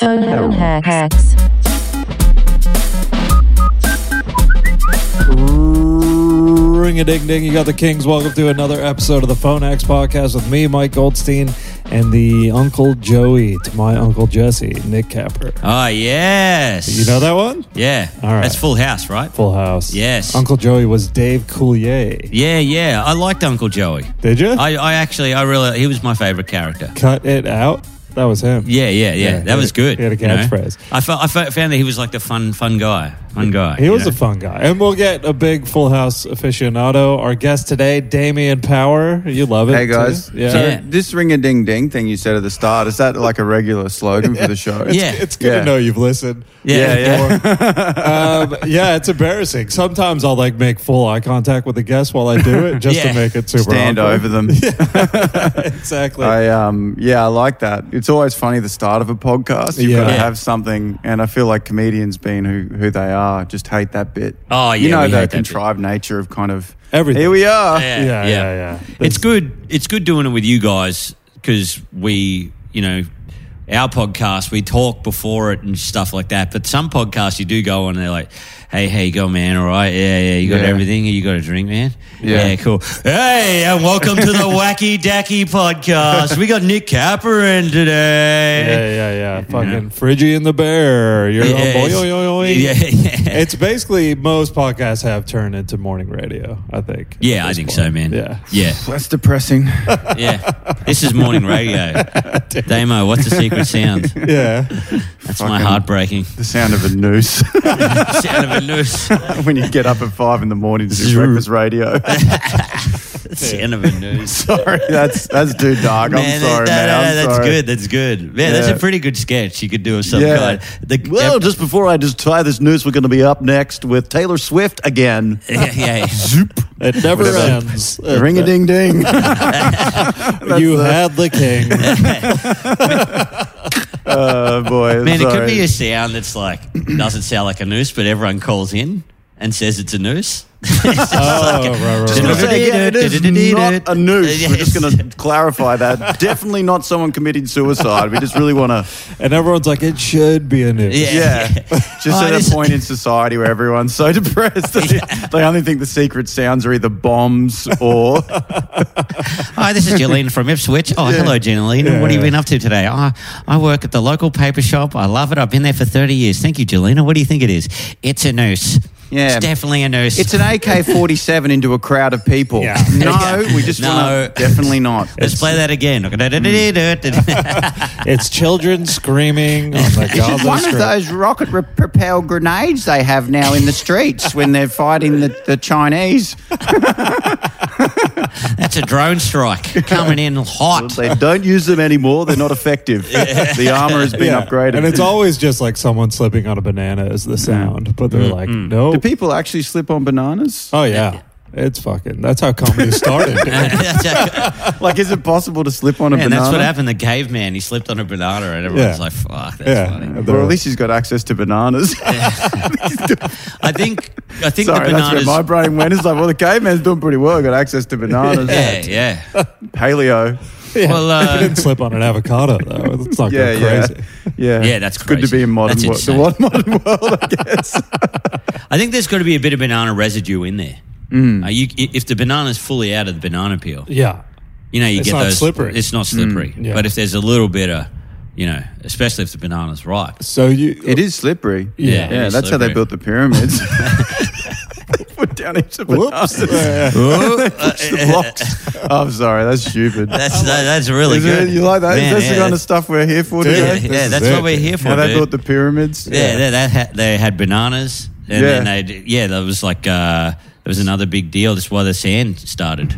Totem hacks. Ring a ding ding. You got the Kings. Welcome to another episode of the Phone X podcast with me, Mike Goldstein, and the Uncle Joey to my Uncle Jesse, Nick Capper. Oh, yes. You know that one? Yeah. All right. That's Full House, right? Full House. Yes. Uncle Joey was Dave Coulier. Yeah, yeah. I liked Uncle Joey. Did you? I, I actually, I really, he was my favorite character. Cut it out. That was him. Yeah, yeah, yeah. Yeah, he that was had a- good. he had a you know? catchphrase. I, fo- I fo- found that he was like the fun, fun guy. Fun guy. He you was know? a fun guy. And we'll get a big Full House aficionado. Our guest today, Damian Power. You love it. Hey too? guys, Yeah. so Yeah. this ring a ding ding thing you said at the start is that like a regular slogan for the show? Yeah. It's good Yeah. to know you've listened. Yeah, yeah, yeah. um, yeah, it's embarrassing. Sometimes I'll like make full eye contact with the guest while I do it just Yeah. to make it super Stand awkward. over them. exactly. I um, yeah, I like that. It's always funny the start of a podcast. You've got Yeah. to have something, and I feel like comedians, being who who they are, just hate that bit. Oh, yeah, you know we hate that that bit. contrived nature of kind of Everything. Here we are. Yeah, yeah, yeah, yeah. yeah. It's good. It's good doing it with you guys because we, you know, our podcast we talk before it and stuff like that. But some podcasts you do go on, they're like, "Hey, how you go, man? All right? Yeah, yeah. You got Yeah. everything? You got a drink, man? Yeah. cool. Hey, and welcome to the Wacky Dacky podcast. We got Nick Capper in Yeah, today. yeah, yeah. Fucking Friggy and the Bear. You're on boy, it's- oy, oy, oy. yeah, yeah. It's basically most podcasts have turned into morning radio, I think. at Yeah, I this think point. so, man. Yeah. yeah, That's depressing. yeah. This is morning radio. Damo, what's the secret sound? Yeah. That's my Fucking- heartbreaking. the sound of a noose sound of a noose. when you get up at five in the morning to do Zroo. breakfast radio. sound of a noose. sorry, that's that's too dark. I'm Man, that- sorry, that- man. I'm that's sorry. good. That's good. Man, that's a Yeah. pretty good sketch you could do of some Yeah. kind. The, Well, just before I just tie this noose, we're going to be up next with Taylor Swift again. yeah, yeah. It never Whatever. ends. Ring a ding ding. You had the king. Oh boy. Man, it could sorry. be a sound that's like doesn't sound like a noose, but everyone calls in and says it's a noose. It's just oh, like a- right, just right, Gonna right. say again, it is not a noose. We're just going Yes. to clarify that. Definitely not someone committing suicide. We just really want to. And everyone's like, it should be a news. Yeah. Yeah. Just Oh, at it a is- point in society where everyone's so depressed that they only think the secret sounds are either bombs or Hi, this is Jeline from Ipswich. Oh, hello, Jeline. What have you been up to today? Oh, I work at the local paper shop. I love it. I've been there for 30 years. Thank you, Jelena. What do you think it is? It's a noose. Yeah. It's definitely a noose. it's an AK forty seven into a crowd of people. Yeah. No, we just No. want to definitely not. Let's play that again. It's children screaming on the Gaza One of Strip. those rocket re- propelled grenades they have now in the streets when they're fighting the, the Chinese. That's a drone strike coming in hot. They don't use them anymore. They're not effective. The armor has been Yeah. upgraded. And it's always just like someone slipping on a banana is the sound, but they're like, no. Do people actually slip on bananas? oh, yeah. It's fucking, that's how comedy started. dude. That's a- Like, is it possible to slip on a Man, banana? that's what happened. The caveman, he slipped on a banana, and everyone's Yeah. like, "Fuck, that's yeah. funny." Or at least he's got access to bananas. I think, I think Sorry, the that's where bananas. my brain went. It's like, well, the caveman's doing pretty well. Got access to bananas. yeah, yeah. Paleo. Yeah. Well, uh, you didn't slip on an avocado, though. It's not Yeah, going yeah, crazy. yeah. Yeah, that's It's good to crazy. be in modern That's world. The insane. mod- modern world, I guess. I think there's got to be a bit of banana residue in there. Uh, you, i- if the banana's fully out of the banana peel, Yeah. you know, you It's get not those. slippery. It's not slippery. Mm, yeah. But if there's a little bit of, you know, especially if the banana's ripe. So you, it is slippery. Yeah, it yeah. is That's how slippery. they built the pyramids. Put down each of whoops. Yeah, yeah. Oh, uh, the blocks. I'm sorry, that's stupid. that's that, that's really Is it- good. you like that? Is Man, that yeah, the kind of that's- stuff we're here for Dude, Yeah, today? This yeah, is that's it. what we're here for. How they dude. built the pyramids? Yeah, They, that had, they had bananas, and Yeah. then they yeah, there was like uh, there was another big deal. That's why the sand started.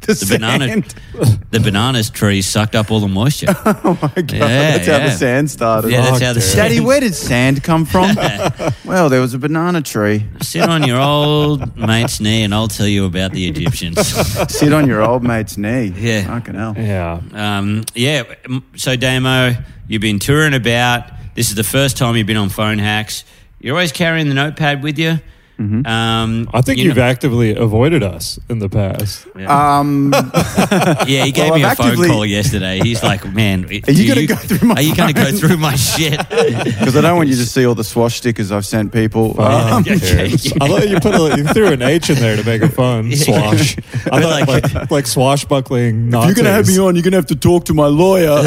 The banana, sand. the bananas tree sucked up all the moisture. Oh my god, Yeah, that's how yeah. the sand started. yeah, that's Fuck, how the dude. sand- Daddy, where did sand come from? well, there was a banana tree. Sit on your old mate's knee, and I'll tell you about the Egyptians. Sit on your old mate's knee. Yeah. Fucking hell. yeah. um, yeah, m- so Damo, you've been touring about. This is the first time you've been on phone hacks. You're always carrying the notepad with you. Mm-hmm. Um, I think you you have know- actively avoided us in the past. yeah. Um, yeah, he gave well, me a I've actively- phone call yesterday. He's like, "Man, are you gonna go through my Are you going to go through my shit?" because I don't want you to see all the swash stickers I've sent people. Fuck. Um, okay. I thought you put a, you threw an H in there to make it fun. Swash. I thought like, Like- like, swashbuckling. Nazis. if you're going to have me on, you're going to have to talk to my lawyer.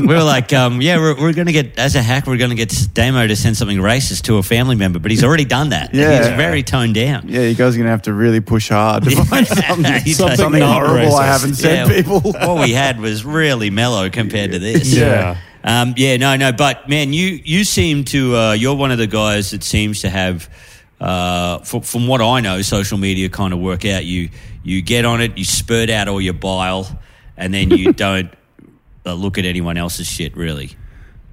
we were like, um, "Yeah, we're, we're going to get as a hack, we're going to get Damo to send something racist to a family member," but he's already done that. Yeah. he's very toned down. yeah, you guys are going to have to really push hard to find something, He's Something like- something not horrible I racist. haven't sent Yeah, people. what we had was really mellow compared to this. Yeah. Um, yeah, no, no, but man, you you seem to uh, you're one of the guys that seems to have, uh, f- from what I know, social media kind of work out. You you get on it, you spurt out all your bile, and then you don't uh, look at anyone else's shit. Really,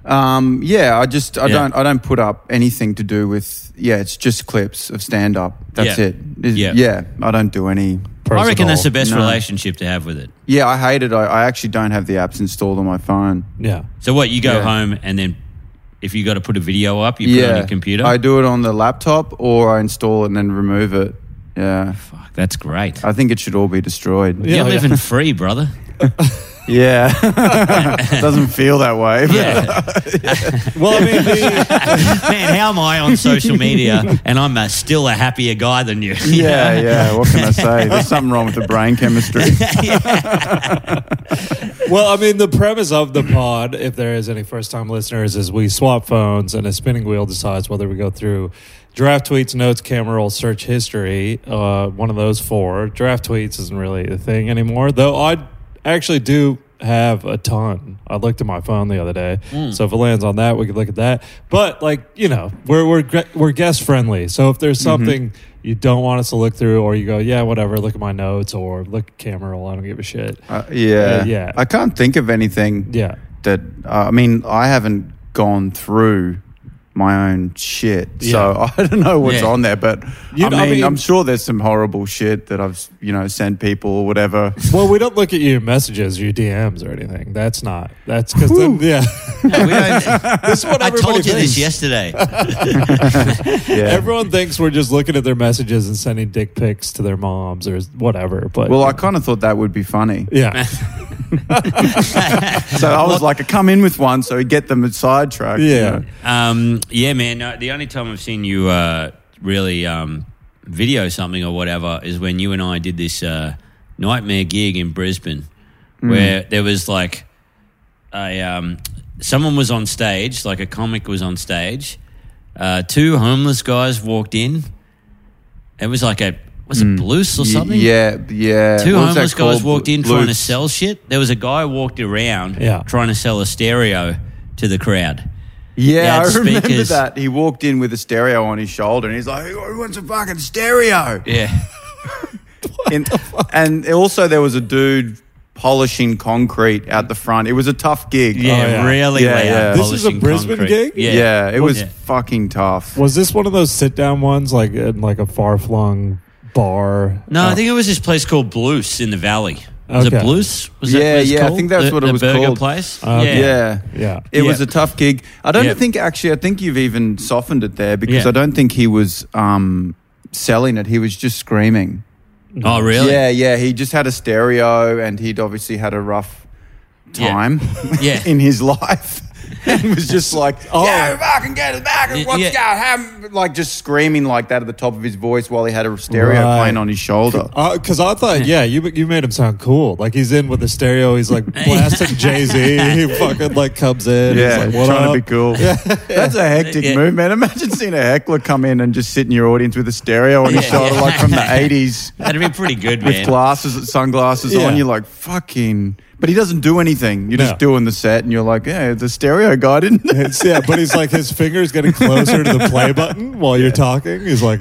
Um, yeah, I just I Yeah. don't I don't put up anything to do with yeah. It's just clips of stand up. That's Yeah. it. Is- Yeah. yeah, I don't do any. Personal. I reckon that's the best No. relationship to have with it. Yeah, I hate it. I, I actually don't have the apps installed on my phone. Yeah. So what you go Yeah. home and then if you got to put a video up, you put it yeah, on your computer. I do it on the laptop, or I install it and then remove it. Yeah, Fuck, that's great. I think it should all be destroyed. Yeah, oh, You're yeah. living free, brother. Yeah, doesn't feel that way. but- Yeah. Well, I mean, the, Man, how am I on social media and I'm a, still a happier guy than you? yeah, yeah. What can I say? There's something wrong with the brain chemistry. well, I mean, the premise of the pod, if there is any first-time listeners, is we swap phones and a spinning wheel decides whether we go through draft tweets, notes, camera roll, search history. Uh, one of those four. Draft tweets isn't really a thing anymore, though. I actually do have a ton. I looked at my phone the other day, so if it lands on that, we could look at that. But like you know, we're we're gre- we're guest friendly, so if there's something. You don't want us to look through, or you go, yeah, whatever. Look at my notes, or look at camera roll. I don't give a shit. Uh, yeah, Uh, yeah. I can't think of anything. Yeah. that uh, I mean, I haven't gone through my own shit, Yeah. so I don't know what's Yeah. on there. But You I, know, mean, I I mean- am sure there's some horrible shit that I've you know sent people or whatever. Well, we don't look at your messages, your DMs, or anything. That's not. That's because then, yeah. No, we don't- That's what I everybody told you thinks. this yesterday. Yeah. Everyone thinks we're just looking at their messages and sending dick pics to their moms or whatever. But well, I kind of thought that would be funny, yeah, so I was like, I come in with one, so we get them sidetracked. you Yeah. know. Um, yeah, man. No, the only time I've seen you uh, really um, video something or whatever is when you and I did this uh, nightmare gig in Brisbane, Hmm. where there was like a um, someone was on stage, like a comic was on stage. Uh, two homeless guys walked in. It was like a was it Blues or Hmm. Y- something? Yeah, yeah. Two What was that homeless guys called? walked in trying to Blutes. sell shit. There was a guy walked around Yeah. trying to sell a stereo to the crowd. Yeah, Yeah, I remember speakers. that. He walked in with a stereo on his shoulder, and he's like, "Who wants a fucking stereo?" Yeah. In, and also, there was a dude polishing concrete out the front. It was a tough gig. Yeah, Oh, yeah. really Yeah, loud. yeah. This is a polishing Brisbane gig? concrete. yeah. Yeah. it was Yeah. fucking tough. was this one of those sit down ones like in like a far flung bar? No, Uh, I think it was this place called Blues in the Valley. Was Okay. Oh, it Blues? Was Yeah, what it's yeah, I called? think that's the, what it the was burger called. place. Okay. yeah. Yeah. Yeah. It Yeah. was a tough gig. I don't Yeah. think actually. I think you've even softened it there because Yeah. I don't think he was um, selling it. He was just screaming. Oh, really? Yeah, yeah. He just had a stereo, and he'd obviously had a rough Yeah. time Yeah. in his life, and was just like, Oh. "Yeah, fucking get it back!" Y- And what's yeah. going on? Like just screaming like that at the top of his voice while he had a stereo Right. playing on his shoulder. Because Uh, I thought, yeah, you you made him sound cool. Like he's in with the stereo. He's like blasting Jay Z. He fucking like comes in. he's Yeah, like, what trying up? to be cool. That's a hectic Yeah. move, man. Imagine seeing a heckler come in and just sit in your audience with a stereo on his Yeah. shoulder, like from the 80s, That'd be pretty good, with man. glasses, sunglasses Yeah. on. You're like, fucking. But he doesn't do anything. You're No. just doing the set, and you're like, yeah, the stereo guy didn't. It's, yeah, but he's like his fingers getting closer to the play button while you're talking. He's like,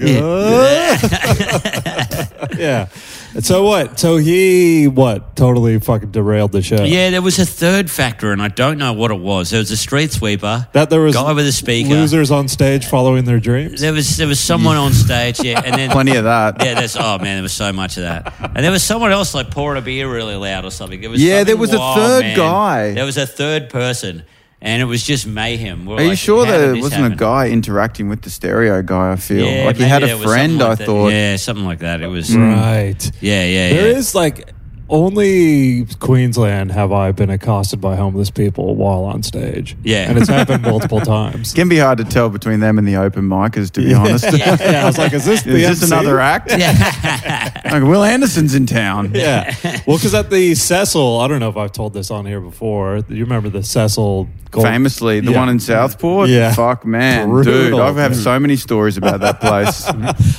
"Uh." yeah. And so what? So he what? Totally fucking derailed the show. yeah, there was a third factor, and I don't know what it was. There was a street sweeper. That there was guy with a speaker. losers on stage following their dreams. There was there was someone on stage. Yeah, and then Plenty of that. Yeah, that's oh man, there was so much of that, and there was someone else like pouring a beer really loud or something. It was Yeah, something there was a wild, third man. guy. There was a third person, and it was just mayhem. We're Are you like, sure how did there this wasn't a happen? guy interacting with the stereo guy? I feel Yeah, like he maybe had there a was something friend. like I that. thought. Yeah, something like that. It was. Right. Yeah, yeah, There Mm. yeah. is like only Queensland have I been accosted by homeless people while on stage. Yeah. And it's happened multiple times. Can be hard to tell between them and the open micers, to be honest. yeah, I was like, is this, the Is this MC? another act? Like, Will Anderson's in town. Yeah. Well, because at the Cecil, I don't know if I've told this on here before. You remember the Cecil Gold- Famously, the Yeah. one in Southport. Yeah. Fuck, man. Dude, Brutal. I have so many stories about that place.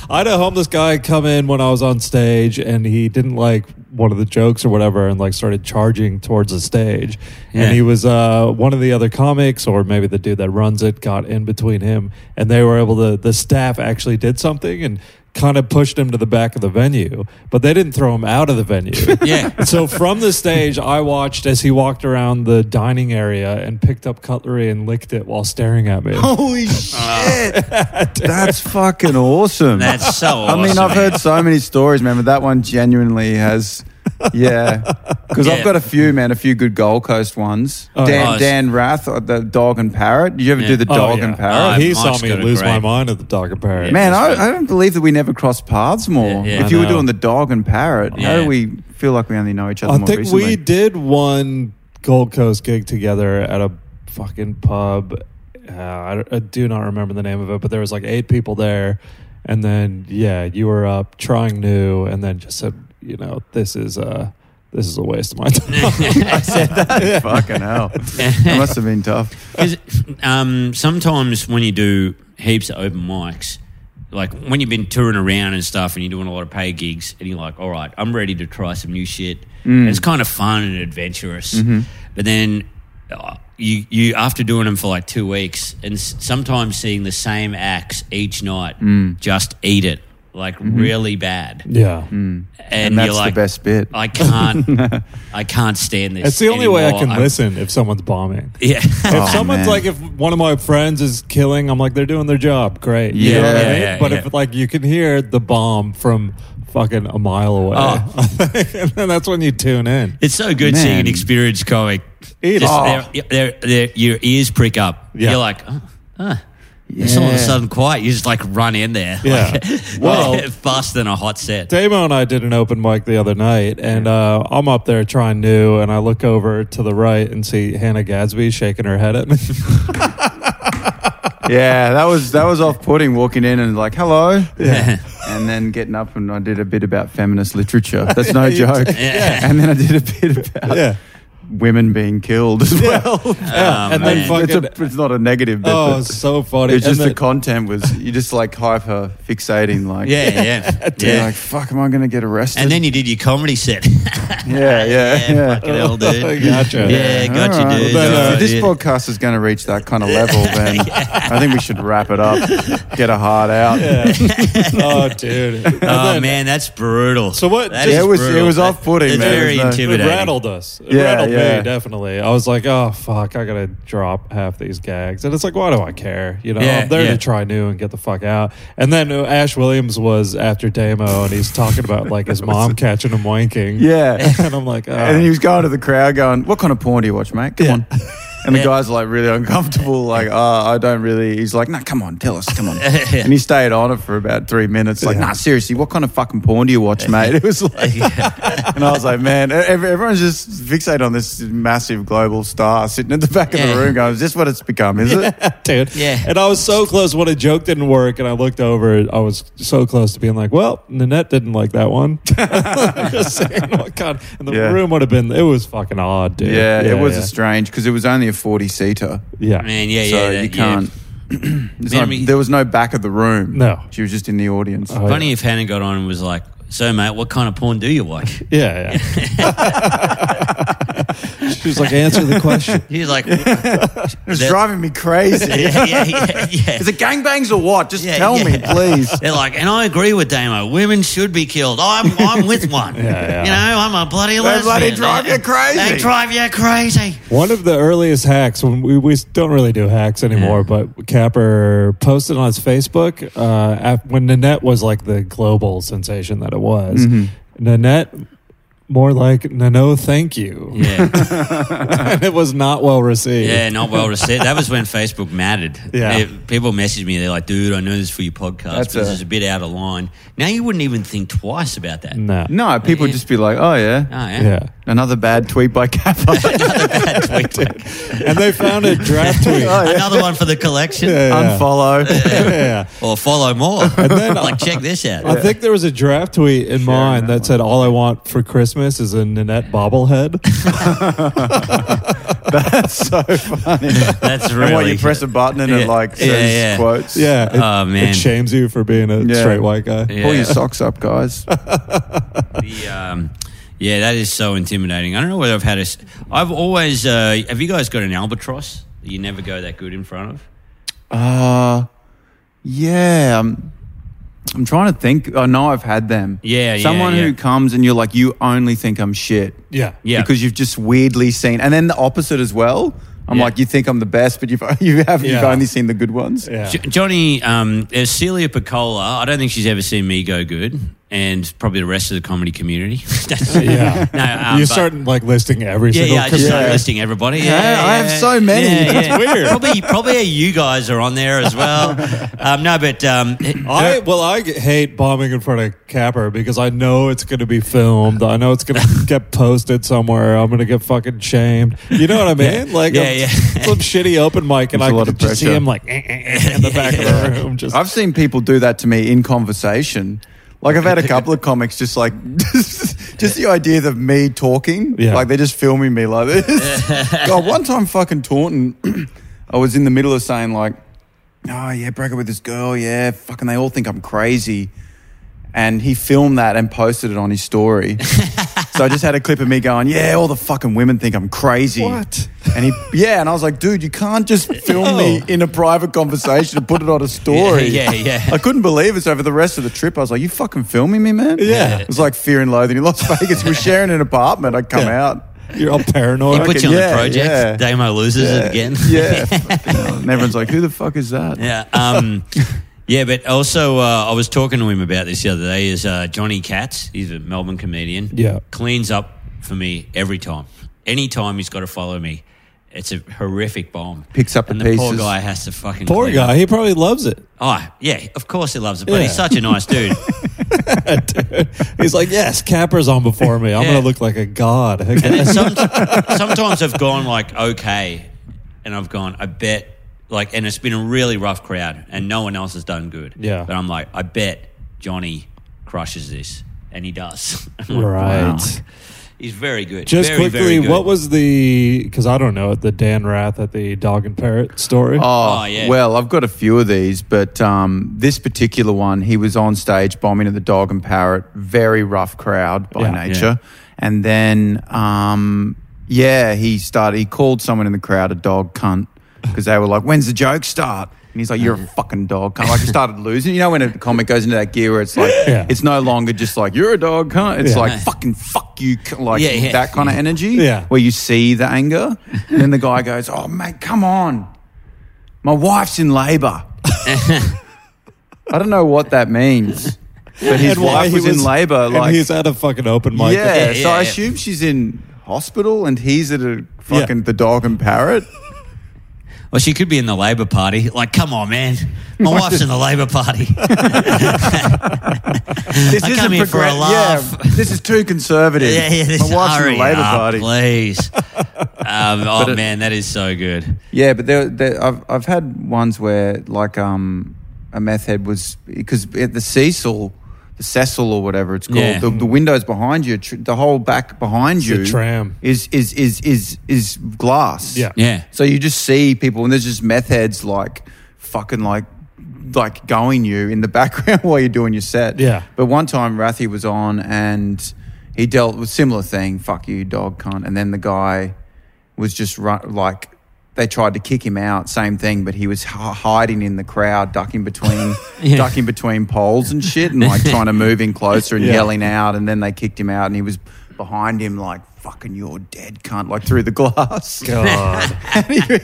I had a homeless guy come in when I was on stage, and he didn't like one of the jokes or whatever, and like started charging towards the stage. Yeah. And he was uh, one of the other comics, or maybe the dude that runs it, got in between him, and they were able to. The staff actually did something and kind of pushed him to the back of the venue, but they didn't throw him out of the venue. Yeah. so from the stage, I watched as he walked around the dining area and picked up cutlery and licked it while staring at me. Oh, Holy shit. Ah. That's fucking awesome. That's so. I mean, awesome, I've man. heard so many stories, man, but that one genuinely has. Yeah, because Yeah. I've got a few, man, a few good Gold Coast ones. Oh, Dan, nice. Dan Rath, uh, the dog and parrot. Did you ever Yeah. do the Oh, dog yeah. and Oh, parrot? he Mike's saw me got a lose great- my mind at the dog and parrot. man, that's I, right. I don't believe that we never crossed paths more. Yeah, yeah. If I you were know. doing the dog and parrot, how Yeah. do we feel like we only know each other I more think recently? we did one Gold Coast gig together at a fucking pub. Uh, I, don't- I do not remember the name of it, but there was like eight people there, and then yeah, you were up trying new, and then just said, you know, this is uh this is a waste of my time. I said that. Yeah. Fucking hell. it must have been tough. 'Cause, um, sometimes when you do heaps of open mics, like when you've been touring around and stuff and you're doing a lot of pay gigs and you're like, all right, I'm ready to try some new shit. Mm. And It's kind of fun and adventurous. Mm-hmm. But then uh, you, you, after doing them for like two weeks and s- sometimes seeing the same acts each night, Mm. just eat it like really bad. Mm-hmm. Yeah. Hmm. And, And that's you're like, the best bit. I can't, I can't stand this. It's the only way I anymore. can I'm- listen if someone's bombing. Yeah. If Oh, someone's man. like, if one of my friends is killing, I'm like, they're doing their job, great. You know Yeah, what I yeah, mean? yeah, but yeah. if like you can hear the bomb from fucking a mile away, and then that's when you tune in. It's so good Man. Oh. seeing an experienced comic. Eat just it. their, their, their, your ears prick up. Yeah. You're like, oh, oh. It's all of a Yeah. sudden quiet. You just like run in there. Yeah. Like, Well- faster than a hot set. Damo and I did an open mic the other night, and uh, I'm up there trying new, and I look over to the right and see Hannah Gadsby shaking her head at me. Yeah, that was that was off putting walking in and like, hello. yeah. and then getting up and I did a bit about feminist literature. That's no Yeah, you joke. did. Yeah. And then I did a bit about yeah. women being killed as well. Yeah. and then man. fucking, Oh, It's, a, it's not a negative bit. oh, but it's so funny. it's And just the, then- content was you just like hyper fixating like Yeah, yeah. you're yeah. like fuck am I gonna get arrested? And then you did your comedy set. yeah, yeah, yeah. yeah. Fucking hell, dude. Gotcha. Yeah, gotcha, All right. dude. Well, Then, if uh, this yeah. podcast is going to reach that kind of level, then I think we should wrap it up. Get a heart out. Yeah. oh, dude. And Oh then- man, that's brutal. So what- That Yeah, is it was- it brutal. was That- off-putting, It's man. very It was, uh, It intimidating. rattled us. It Yeah, rattled yeah. me definitely. I was like, "Oh fuck, I gotta drop half these gags," and it's like, "Why do I care?" You know, Yeah, I'm there yeah. to try new and get the fuck out. And then uh, Ash Williams was after Damo, and he's talking about like his mom catching him wanking. Yeah. and I'm like, oh. And then he was going to the crowd going, What kind of porn do you watch, mate? Come on. And the Yeah. guy's like really uncomfortable, like, oh, I don't really. He's like, nah, come on, tell us, come on. And he stayed on it for about three minutes, like, nah, seriously, what kind of fucking porn do you watch, mate? It was like, and I was like, man, ev- everyone's just fixated on this massive global star sitting at the back of Yeah. the room going, is this what it's become, is it? dude. Yeah. And I was so close when a joke didn't work, and I looked over. I was so close to being like, "Well, Nanette didn't like that one." Just saying, oh, God. And the Yeah. room would have been. It was fucking odd, dude. Yeah, it was yeah. a strange because it was only a 40 seater. yeah. Man, yeah, yeah. so that- yeah. you can't. There's Man, no- we- there was no back of the room. No. She was just in the audience. Oh, Funny if Hannah got on and was like, "So, mate, what kind of porn do you watch?" Yeah, yeah. she was like, answer the question. He's like, "Yeah, It's That- driving me crazy. yeah, yeah, yeah." Is it gangbangs or what? Just Yeah, tell me, yeah. please. They're like, and I agree with Damo. Women should be killed. I'm, I'm with one. yeah. You know, I'm a bloody lesbian. bloody drive you crazy. They drive you crazy. One of the earliest hacks, when we, we don't really do hacks anymore, but Capper posted on his Facebook uh, Mm-hmm. af- when Nanette was like the global sensation that it was. Nanette more like "No, no, thank you," Yeah, and it was not well received. yeah, not well received. That was when Facebook mattered. Yeah. They- people messaged me. They're like, "Dude, I know this is for your podcast, That's but a- this is a bit out of line." Now you wouldn't even think twice about that. no, No, people Yeah. just be like, oh, Oh, yeah. yeah. yeah. Another bad tweet by Kappa. Tweet, tweet. And they found a draft tweet. Another one for the collection, Yeah. Unfollow. Oh, yeah. or follow more. then- like, uh, check this out. I think there was a draft tweet in mine that said, "All I want for Christmas is a Nanette bobblehead." That's so funny. That's And what, really you press a button and Yeah. it like says Yeah, yeah. quotes? yeah, it, Oh, man. it shames you for being a Yeah. straight white guy. Yeah. Pull your socks up, guys. The, um, yeah, that is so intimidating. I don't know whether I've had a. s- I've always. Uh, have you guys got an albatross that you never go that good in front of? Uh, yeah. I'm, I'm trying to think. I know I've had them. Yeah, yeah, Someone yeah. who comes and you're like, you only think I'm shit. Yeah, Yeah. Because you've just weirdly seen, and then the opposite as well. I'm Yeah. like, you think I'm the best, but you've you have you've Yeah. only seen the good ones. yeah. Jo- Johnny, um, there's Celia Piccola. I don't think she's ever seen me go good, and probably the rest of the comedy community. That's- Yeah. No, um, you but- start like listing every Yeah, single yeah, I just started Yeah. listing everybody. Yeah, Yeah, I have so many. That's weird. Probably, probably you guys are on there as well. Um, no, but um, I well, I g- hate bombing in front of Capper because I know it's going to be filmed. I know it's going to get posted somewhere. I'm going to get fucking shamed. You know what I mean? Like Yeah, I'm- yeah. some shitty open mic, and There's a I lot can of just see pressure. him like eh, eh, eh, in the back of the room. Just I've seen people do that to me in conversation. Like I've had a couple of comics just like just the idea of me talking. Yeah. Like they're just filming me like this. God, one time fucking Taunton, I was in the middle of saying like, Oh yeah, break up with this girl, yeah, fucking they all think I'm crazy. And he filmed that and posted it on his story. so I just had a clip of me going, Yeah, all the fucking women think I'm crazy. What? And he yeah, and I was like, dude, you can't just film me in a private conversation and put it on a story. Yeah, yeah, yeah. I couldn't believe it. So for the rest of the trip, I was like, "You fucking filming me, man?" Yeah. It was like Fear and Loathing in Las Vegas. We're sharing an apartment. I come Yeah. out. you're all he paranoid. put you on yeah, the project. yeah. Damo loses it Yeah. again. Yeah. Fucking hell. and everyone's like, "Who the fuck is that?" Yeah. Um, yeah, but also uh, I was talking to him about this the other day. Is uh, Johnny Katz? He's a Melbourne comedian. Yeah. cleans up for me every time. Anytime he's got to follow me, it's a horrific bomb. Picks up the and the poor pieces. guy has to fucking Poor clean guy. Up. He probably loves it. Oh yeah, of course he loves it, but Yeah. he's such a nice dude. He's like, yes, Capper's on before me. I'm Yeah. going to look like a god. And then some, sometimes I've gone like okay, and I've gone I bet like, and it's been a really rough crowd, and no one else has done good. Yeah. but I'm like I bet Johnny crushes this, and he does. right. He's very good. Just Very, quickly, very good. what was the? Because I don't know it. The Dan Rath at the dog and parrot story. Oh, Oh, yeah. Well, I've got a few of these, but um, this particular one, he was on stage bombing at the Dog and Parrot, very rough crowd by Yeah. nature. And then, um, yeah, he started, he called someone in the crowd a dog cunt because they were like, when's the joke start? And he's like, you're a fucking dog cunt. Like, he started losing. You know, when a comic goes into that gear where it's like, Yeah. it's no longer just like, you're a dog cunt. It's Yeah. like, fucking fuck you. c- Like, Yeah, yeah. that kind of energy Yeah. where you see the anger. And then the guy goes, oh, mate, come on. My wife's in labour. I don't know what that means, but his And why wife he was, in was- labour. and Like, he's oh at a fucking open yeah, mic. Yeah, So yeah, I yeah. assume she's in hospital, and he's at a fucking Yeah. the dog and parrot. Well, she could be in the Labor Party. Like, come on, man. My wife's in the Labor Party. This I is come a here for a progre- laugh. Yeah, this is too conservative. yeah, yeah. This My wife's in hurry the labour up, party. please. Um, oh it- man, that is so good. Yeah, but there, there, I've I've had ones where like um a meth head was because at the Cecil, the Cecil or whatever it's called, Yeah. the, the windows behind you, tr- the whole back behind you, the tram. is is is is is glass. Yeah. Yeah. So you just see people, and there's just meth heads like fucking like like going you in the background while you're doing your set. Yeah. But one time Rathy was on and he dealt with similar thing. Fuck you, dog cunt. And then the guy was just run, like they tried to kick him out. Same thing, but he was h- hiding in the crowd, ducking between Yeah. ducking between poles and shit, and like trying to move in closer and Yeah. yelling out. And then they kicked him out, and he was behind him like fucking you're dead cunt, like through the glass. God,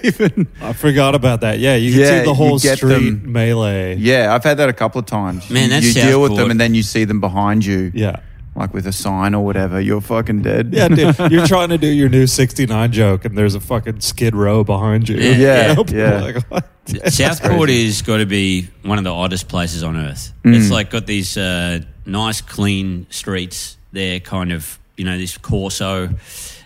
even I forgot about that. Yeah, you can Yeah, see the you whole get street them. melee. Yeah, I've had that a couple of times. Man, You- that you sounds deal with good. them and then you see them behind you. Yeah. like with a sign or whatever, you're fucking dead. Yeah, dude, you're trying to do your new 69 joke and there's a fucking skid row behind you. Yeah, You know? People yeah. are like, "What?" Southport is got to be one of the oddest places on earth. Mm. It's like got these uh, nice, clean streets. They're kind of you know this corso,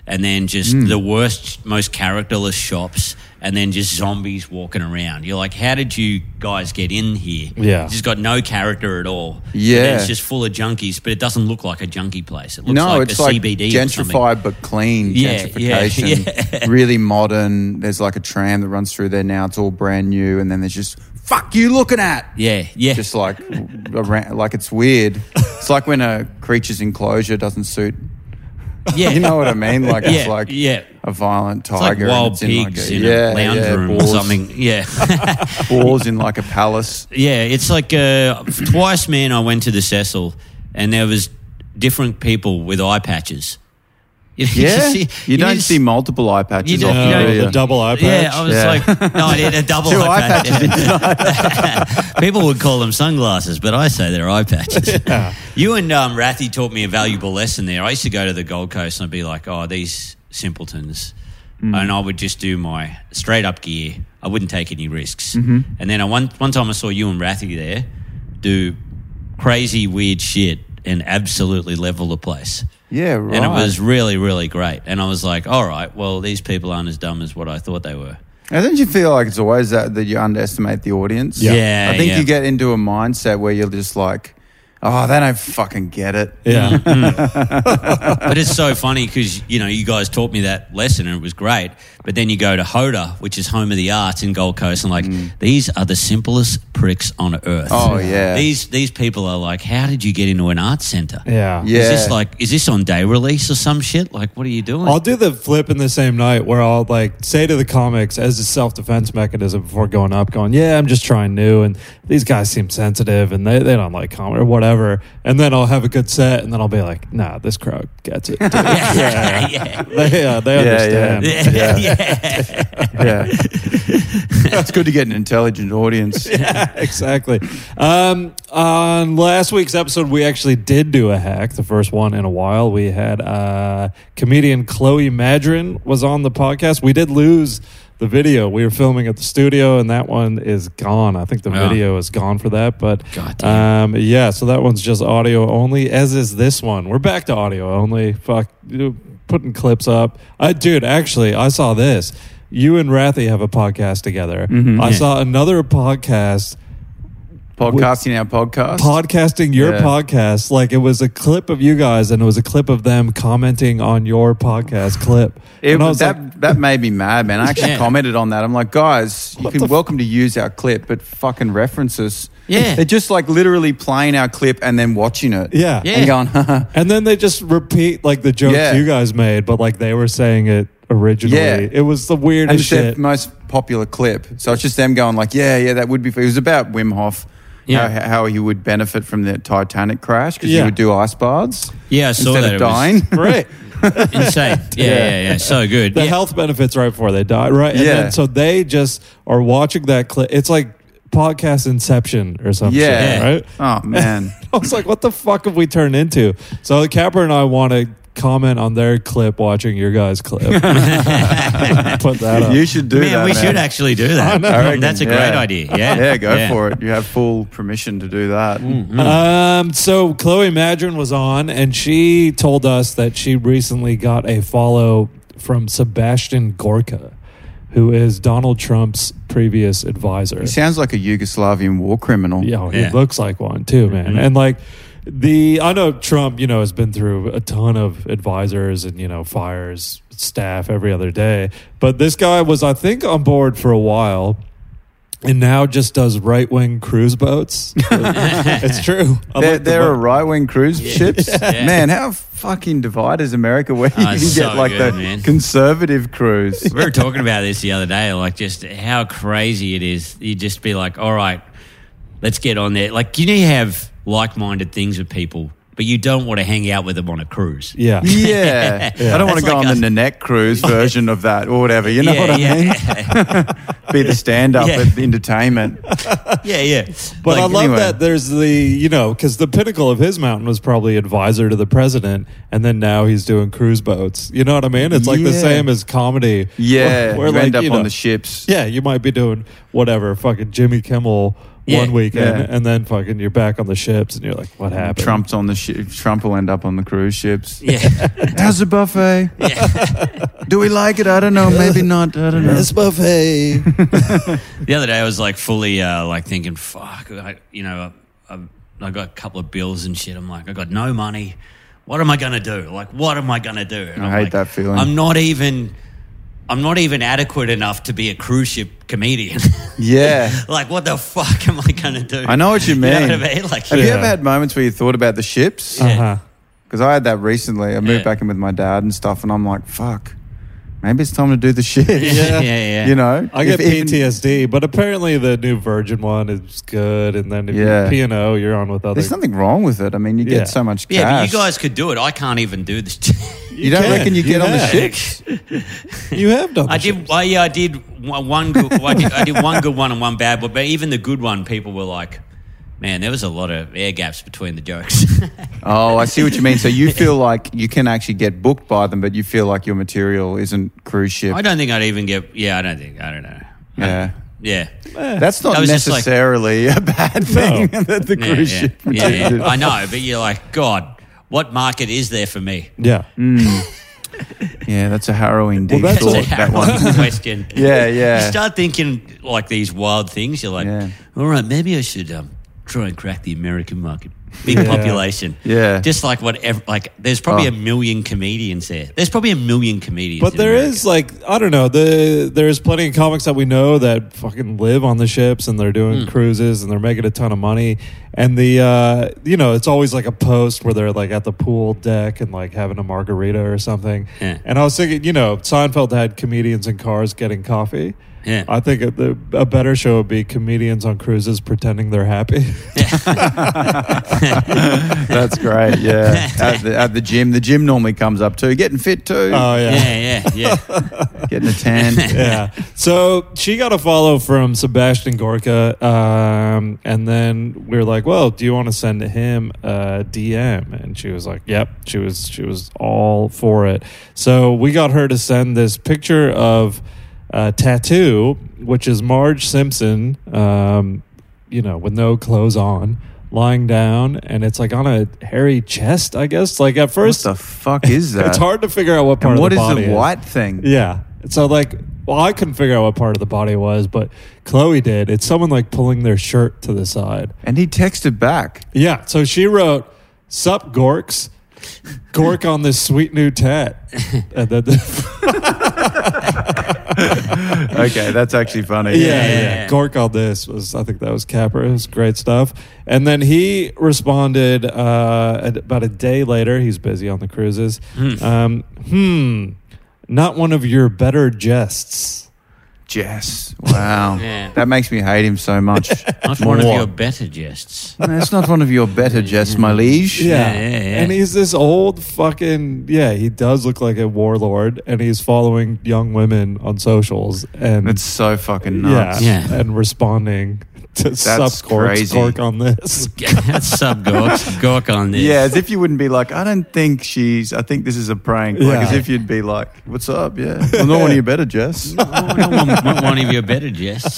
and then just Mm. the worst, most characterless shops, and then just zombies walking around. You're like, how did you guys get in here? Yeah. just got no character at all. And Yeah. then it's just full of junkies, but it doesn't look like a junkie place. It looks no, like it's the like CBD or something. gentrified but clean Yeah, yeah, gentrification. really modern. There's like a tram that runs through there now. It's all brand new, and then there's just fuck you looking at. Yeah, yeah. Just like around, like it's weird. It's like when a creature's enclosure doesn't suit. yeah. You know what I mean? Like yeah, it's like yeah. a violent It's like tiger. and wild it's Oh, in like pigs a- in a lounge yeah, room or boars- something. Yeah. Boars in like a palace. Yeah, it's like uh, twice, man. I went to the Cecil, and there was different people with eye patches. You know, you Yeah, see- you, don't just- see multiple eye patches. You don't- often, you Uh, don't- do you? the double eye patch. Yeah, I was Yeah. like, no, I did a double Two eye eye patch. people would call them sunglasses, but I say they're eye patches. You and um, Rathy taught me a valuable lesson there. I used to go to the Gold Coast and I'd be like, oh, these simpletons. Mm. And I would just do my straight up gear. I wouldn't take any risks. Mm-hmm. And then I, one, one time I saw you and Rathy there do crazy, weird shit and absolutely level the place. yeah, right. And it was really, really great. And I was like, all right, well, these people aren't as dumb as what I thought they were. And don't you feel like it's always that that you underestimate the audience? Yeah. Yeah, I think yeah. you get into a mindset where you're just like, oh, they don't fucking get it. yeah. But it's so funny because, you know, you guys taught me that lesson and it was great. But then you go to Hoda, which is home of the arts in Gold Coast, and like, these are the simplest pricks on earth. Mm. Oh, yeah. These, these people are like, how did you get into an art centre? Yeah. Yeah. Is this like, is this on day release or some shit? Like, what are you doing? I'll do the flip in the same night where I'll like say to the comics as a self defense mechanism before going up, going, Yeah, I'm just trying new and these guys seem sensitive and they, they don't like comedy or whatever. And then I'll have a good set and then I'll be like, Nah, this crowd gets it. dude." yeah. yeah. They, uh, they yeah. understand. Yeah. Yeah. Yeah. it's good to get an intelligent audience. exactly. Um, on last week's episode, we actually did do a hack, the first one in a while. We had uh, comedian Chloe Madrin was on the podcast. We did lose the video. We were filming at the studio, and that one is gone. I think the Yeah. video is gone for that. But God um, yeah, so that one's just audio only, as is this one. We're back to audio only. Fuck, you- putting clips up. I, dude, actually, I saw this. You and Rathy have a podcast together. I Yeah. saw another podcast Podcasting our podcast. podcasting your Yeah. podcast like it was a clip of you guys and it was a clip of them commenting on your podcast clip It, and I was that, like, that made me mad, man. I actually Yeah. commented on that. I'm like, guys, you can welcome to use our clip, but fucking references. Yeah. They're just like literally playing our clip and then watching it. Yeah. And going, haha. and then they just repeat like the jokes Yeah. you guys made but like they were saying it originally Yeah. it was the and weirdest it's their shit most popular clip. So it's just them going like, yeah, yeah, that would be. It was about Wim Hof. Yeah. How, how he would benefit from the Titanic crash because Yeah. he would do ice baths Yeah, I saw instead that. of It was dying. right Insane. Yeah, yeah, yeah. So good. the yeah. health benefits right before they die right and Yeah. then so they just are watching that clip it's like podcast inception or something Yeah. right oh man, I was like, what the fuck have we turned into? So Capper and I want to comment on their clip watching your guys' clip. Put that up. you should do man, that. we should actually do that. I reckon, That's a great yeah. idea. Yeah, Mm. yeah, go for it. You have full permission to do that. Um, so Chloe Madron was on, and she told us that she recently got a follow from Sebastian Gorka, who is Donald Trump's previous advisor. He sounds like a Yugoslavian war criminal. Yeah, he Yeah. looks like one too, man. And like the, I know Trump, you know, has been through a ton of advisors and you know fires staff every other day, but this guy was, I think, on board for a while. And now just does right wing cruise boats. it's true. I They're, like the they're boat. a right wing cruise ships. Yeah. Man, how fucking divided is America where you Oh, can it's get so like good, the man. conservative cruise? We were talking about this the other day, like just how crazy it is. You just be like, all right, let's get on there. Like, you need to have like minded things with people, but you don't want to hang out with them on a cruise. Yeah. Yeah. I don't want That's to go like on us. the Nanette cruise version of that or whatever. You know yeah, what I mean? yeah. be the stand up Yeah. at entertainment. yeah, yeah. But I Like, love anyway. that there's the, you know, because the pinnacle of his mountain was probably advisor to the president, and then now he's doing cruise boats. You know what I mean? It's like the Yeah. same as comedy. Yeah, Where, you like, end up you on know, the ships. Yeah, you might be doing whatever, fucking Jimmy Kimmel Yeah. one weekend, Yeah. and then fucking you're back on the ships, and you're like, what happened? Trump's on the ship. Trump will end up on the cruise ships. yeah. How's the buffet? Do we like it? I don't know. Maybe not. I don't know. buffet. The other day, I was like fully uh, like thinking, "Fuck," I, you know, I, I, I got a couple of bills and shit. I'm like, I got no money. What am I gonna do? Like, what am I gonna do? And I I'm hate like, that feeling. I'm not even, I'm not even adequate enough to be a cruise ship comedian. Yeah. like, what the fuck am I gonna do? I know what you mean. You know what I mean? Like, Have you Yeah. ever had moments where you thought about the ships? Yeah. uh-huh. Because I had that recently. I moved Yeah. back in with my dad and stuff, and I'm like, fuck, maybe it's time to do the ships. Yeah, yeah, yeah. You know? I get If even- PTSD, but apparently the new Virgin one is good, and then if Yeah. you're P and O, you're on with other. There's nothing wrong with it. I mean, you Yeah. get so much cash. yeah, but you guys could do it. I can't even do this. You don't can. reckon you You get on the have. ships? you have done. I the did. shows. Well, yeah, I did one one good. I, did, I did one good one and one bad one. But even the good one, people were like, "Man, there was a lot of air gaps between the jokes." Oh, I see what you mean. So you feel like you can actually get booked by them, but you feel like your material isn't cruise ship. I don't think I'd even get. Yeah, I don't think. I don't know. Yeah. Yeah, That's not I was just like- necessarily a bad thing that the yeah, cruise yeah, ship yeah, yeah. produces. I know, but you're like, God, what market is there for me? Yeah. Hmm. Yeah, that's a harrowing deep that's thought, a- that one. question. Yeah, yeah. You start thinking like these wild things. You're like, Yeah. all right, maybe I should um, try and crack the American market. Big population. Yeah. Just like whatever. Like, there's probably Oh. a million comedians there. There's probably a million comedians. But in there America. is like I don't know the there's plenty of comics that we know that fucking live on the ships and they're doing Hmm. cruises and they're making a ton of money and the uh, you know it's always like a post where they're like at the pool deck and like having a margarita or something Yeah. and I was thinking you know Seinfeld had comedians in cars getting coffee Yeah. I think a, the, a better show would be comedians on cruises pretending they're happy That's great. Yeah, at the, at the gym, the gym normally comes up too. Getting fit too. oh Yeah, yeah, yeah. Getting a tan. yeah. So she got a follow from Sebastian Gorka, um, and then we were like, "Well, do you want to send him a DM?" And she was like, "Yep." She was she was all for it. So we got her to send this picture of a tattoo, which is Marge Simpson, um, you know, with no clothes on. Lying down, and it's like on a hairy chest, I guess. Like at What first, the fuck is that? it's hard to figure out what part And what of is the body the is. white thing? Yeah. So like, well, I couldn't figure out what part of the body it was, but Chloe did. It's someone like pulling their shirt to the side. And he texted back. Yeah. So she wrote, "Sup, Gorks." Gork on this sweet new tat. And then Okay, that's actually funny. yeah, yeah, yeah, yeah. Gork on this was, I think that was Capper. It was great stuff. And then he responded uh, ad- about a day later. He's busy on the cruises. Um, hmm, not one of your better jests. Jess. Wow. Yeah. That makes me hate him so much. Not one of More. your better jests. That's not one of your better Jess, my liege. Yeah. Yeah, yeah, yeah. And he's this old fucking yeah, he does look like a warlord and he's following young women on socials and That's so fucking yeah, nuts. Yeah. and responding to subcorks crazy. cork on this. That's sub gork, gork on this. Yeah, as if you wouldn't be like, I don't think she's, I think this is a prank. Like, Yeah. as if you'd be like, what's up? Yeah. Well, no one of your better Jess. Oh, not one, not one of your better jests.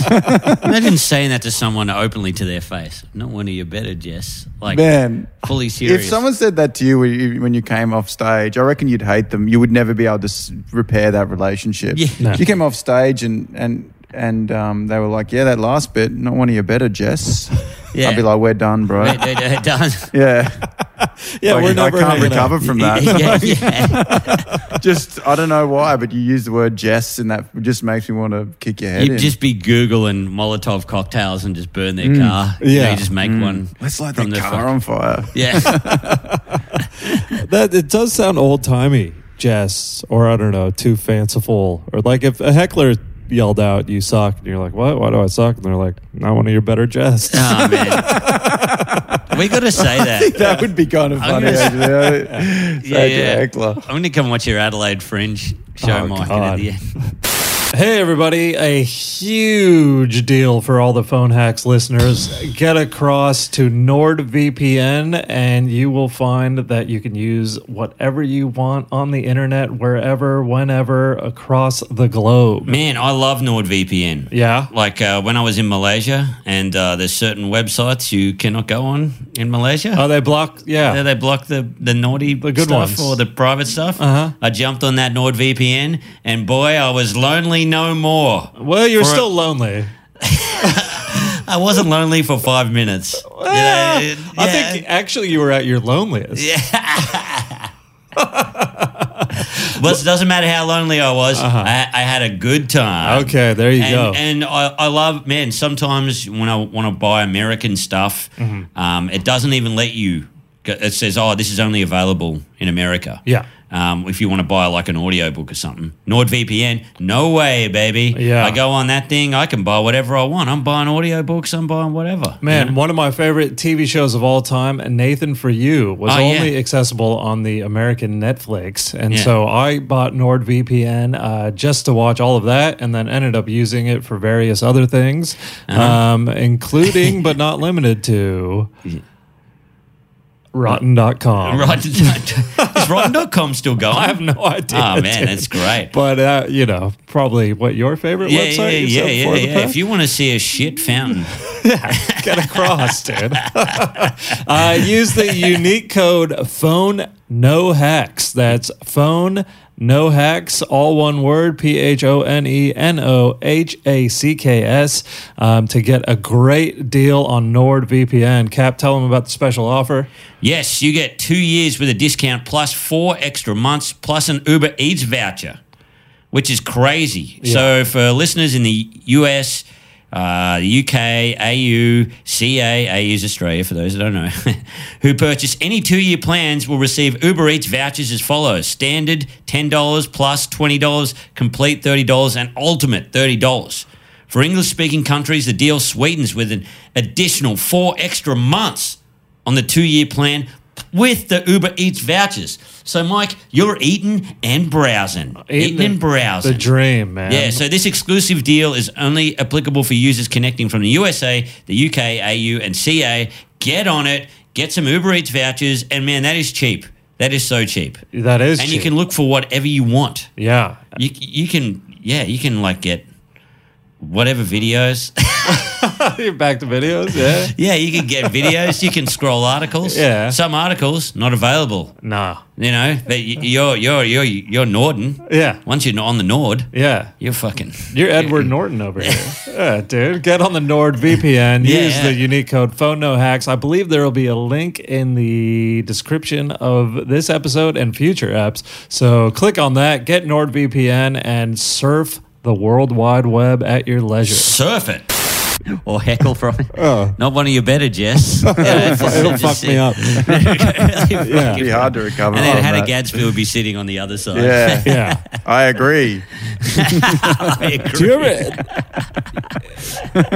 Imagine saying that to someone openly to their face. Not one of your better jests. Like Man. fully serious. If someone said that to you when you- when you came off stage, I reckon you'd hate them. You would never be able to s- repair that relationship. Yeah. No. If You came off stage and and and um, they were like, "Yeah, that last bit, not one of your better, Jess." Yeah. I'd be like, "We're done, bro." It- it- it does. yeah, Yeah, Like, we're never I can't hanging out. recover from that. yeah, yeah. just I don't know why, but you use the word Jess, and that just makes me want to kick your head. in. You'd just be googling Molotov cocktails and just burn their car. You know, Mm. Yeah. Mm. you just make one. let's light from the the car fuck- on fire. Yeah, That it does sound old timey, Jess, or I don't know, too fanciful. Or like if a heckler yelled out, You suck, and you're like, What? Why do I suck? And they're like, Not one of your better jests. oh man, we got to say that. That would be kind of I'm funny. gonna- actually. Say Yeah, to yeah. Heckler. I'm going to come watch your Adelaide Fringe show, Oh, Mike, God. at the end. Hey, everybody. A huge deal for all the phone hacks listeners. Get across to NordVPN, and you will find that you can use whatever you want on the internet, wherever, whenever, across the globe. Man, I love NordVPN. Yeah. Like uh, when I was in Malaysia, and uh, there's certain websites you cannot go on in Malaysia. Oh, they block. Yeah, Yeah. they block the, the naughty good stuff ones. or the private stuff. Uh-huh. I jumped on that NordVPN, and boy, I was lonely no more. Well, you're For a- still lonely. I wasn't lonely for five minutes. You know, Yeah. Ah, I yeah. think actually you were at your loneliest. But it doesn't matter how lonely I was. I, I had a good time. Uh-huh. Okay, there you and, go. And I, I love, man, sometimes when I want to buy American stuff, Mm-hmm. um, it doesn't even let you. It says, oh, this is only available in America. Yeah. Um, if you want to buy like an audiobook or something, NordVPN, no way, baby. Yeah. I go on that thing, I can buy whatever I want. I'm buying audiobooks, I'm buying whatever. Man, one of my favorite TV shows of all time, Nathan for You, was Oh, yeah. only accessible on the American Netflix. And Yeah. so I bought NordVPN uh, just to watch all of that and then ended up using it for various other things, Uh-huh. um, including but not limited to Rotten.com. Right. is Rotten.com still going? I have no idea. Oh, man, dude. that's great. But, uh, you know, probably what your favorite Yeah, yeah, website is yeah, up yeah, for the yeah. past? If you want to see a shit fountain, get across, dude. uh, use the unique code phone no hacks. That's phone no hacks, all one word, P H O N E N O H A C K S, um, to get a great deal on NordVPN. Cap, tell them about the special offer. yes, you get two years with a discount plus four extra months plus an Uber Eats voucher, which is crazy. So for listeners in the US, uh, the UK, AU, CA, AU is Australia, for those that don't know, who purchase any two year plans will receive Uber Eats vouchers as follows standard $10 plus $20, complete $30, and ultimate $30. For English speaking countries, the deal sweetens with an additional four extra months on the two year plan with the Uber Eats vouchers. So, Mike, you're eating and browsing. Eating, and browsing. The dream, man. yeah, so this exclusive deal is only applicable for users connecting from the USA, the UK, AU, and CA. Get on it, get some Uber Eats vouchers, and man, that is cheap. That is so cheap. that is. and you cheap. can look for whatever you want. yeah. You, you can, yeah, you can like get whatever videos. You're back to videos, yeah. yeah, you can get videos. You can scroll articles. Yeah. Some articles not available. Nah. You know, but y- you're you're you're you're Norden. Yeah. Once you're on the Nord, Yeah. you're fucking. You're Edward Norton over here. Yeah, dude. Get on the NordVPN. Yeah, use yeah. the unique code phone no hacks. I believe there will be a link in the description of this episode and future apps. So click on that, get NordVPN, and surf the World Wide Web at your leisure. surf it or heckle from it. Not one of your better, Jess. Yeah, just- Oh. It'll just fuck sit- me up. Really fucking It'd be hard to recover. And then from Hannah that. Gadsby would be sitting on the other side. Yeah, Yeah. I agree. I agree. Do you ever,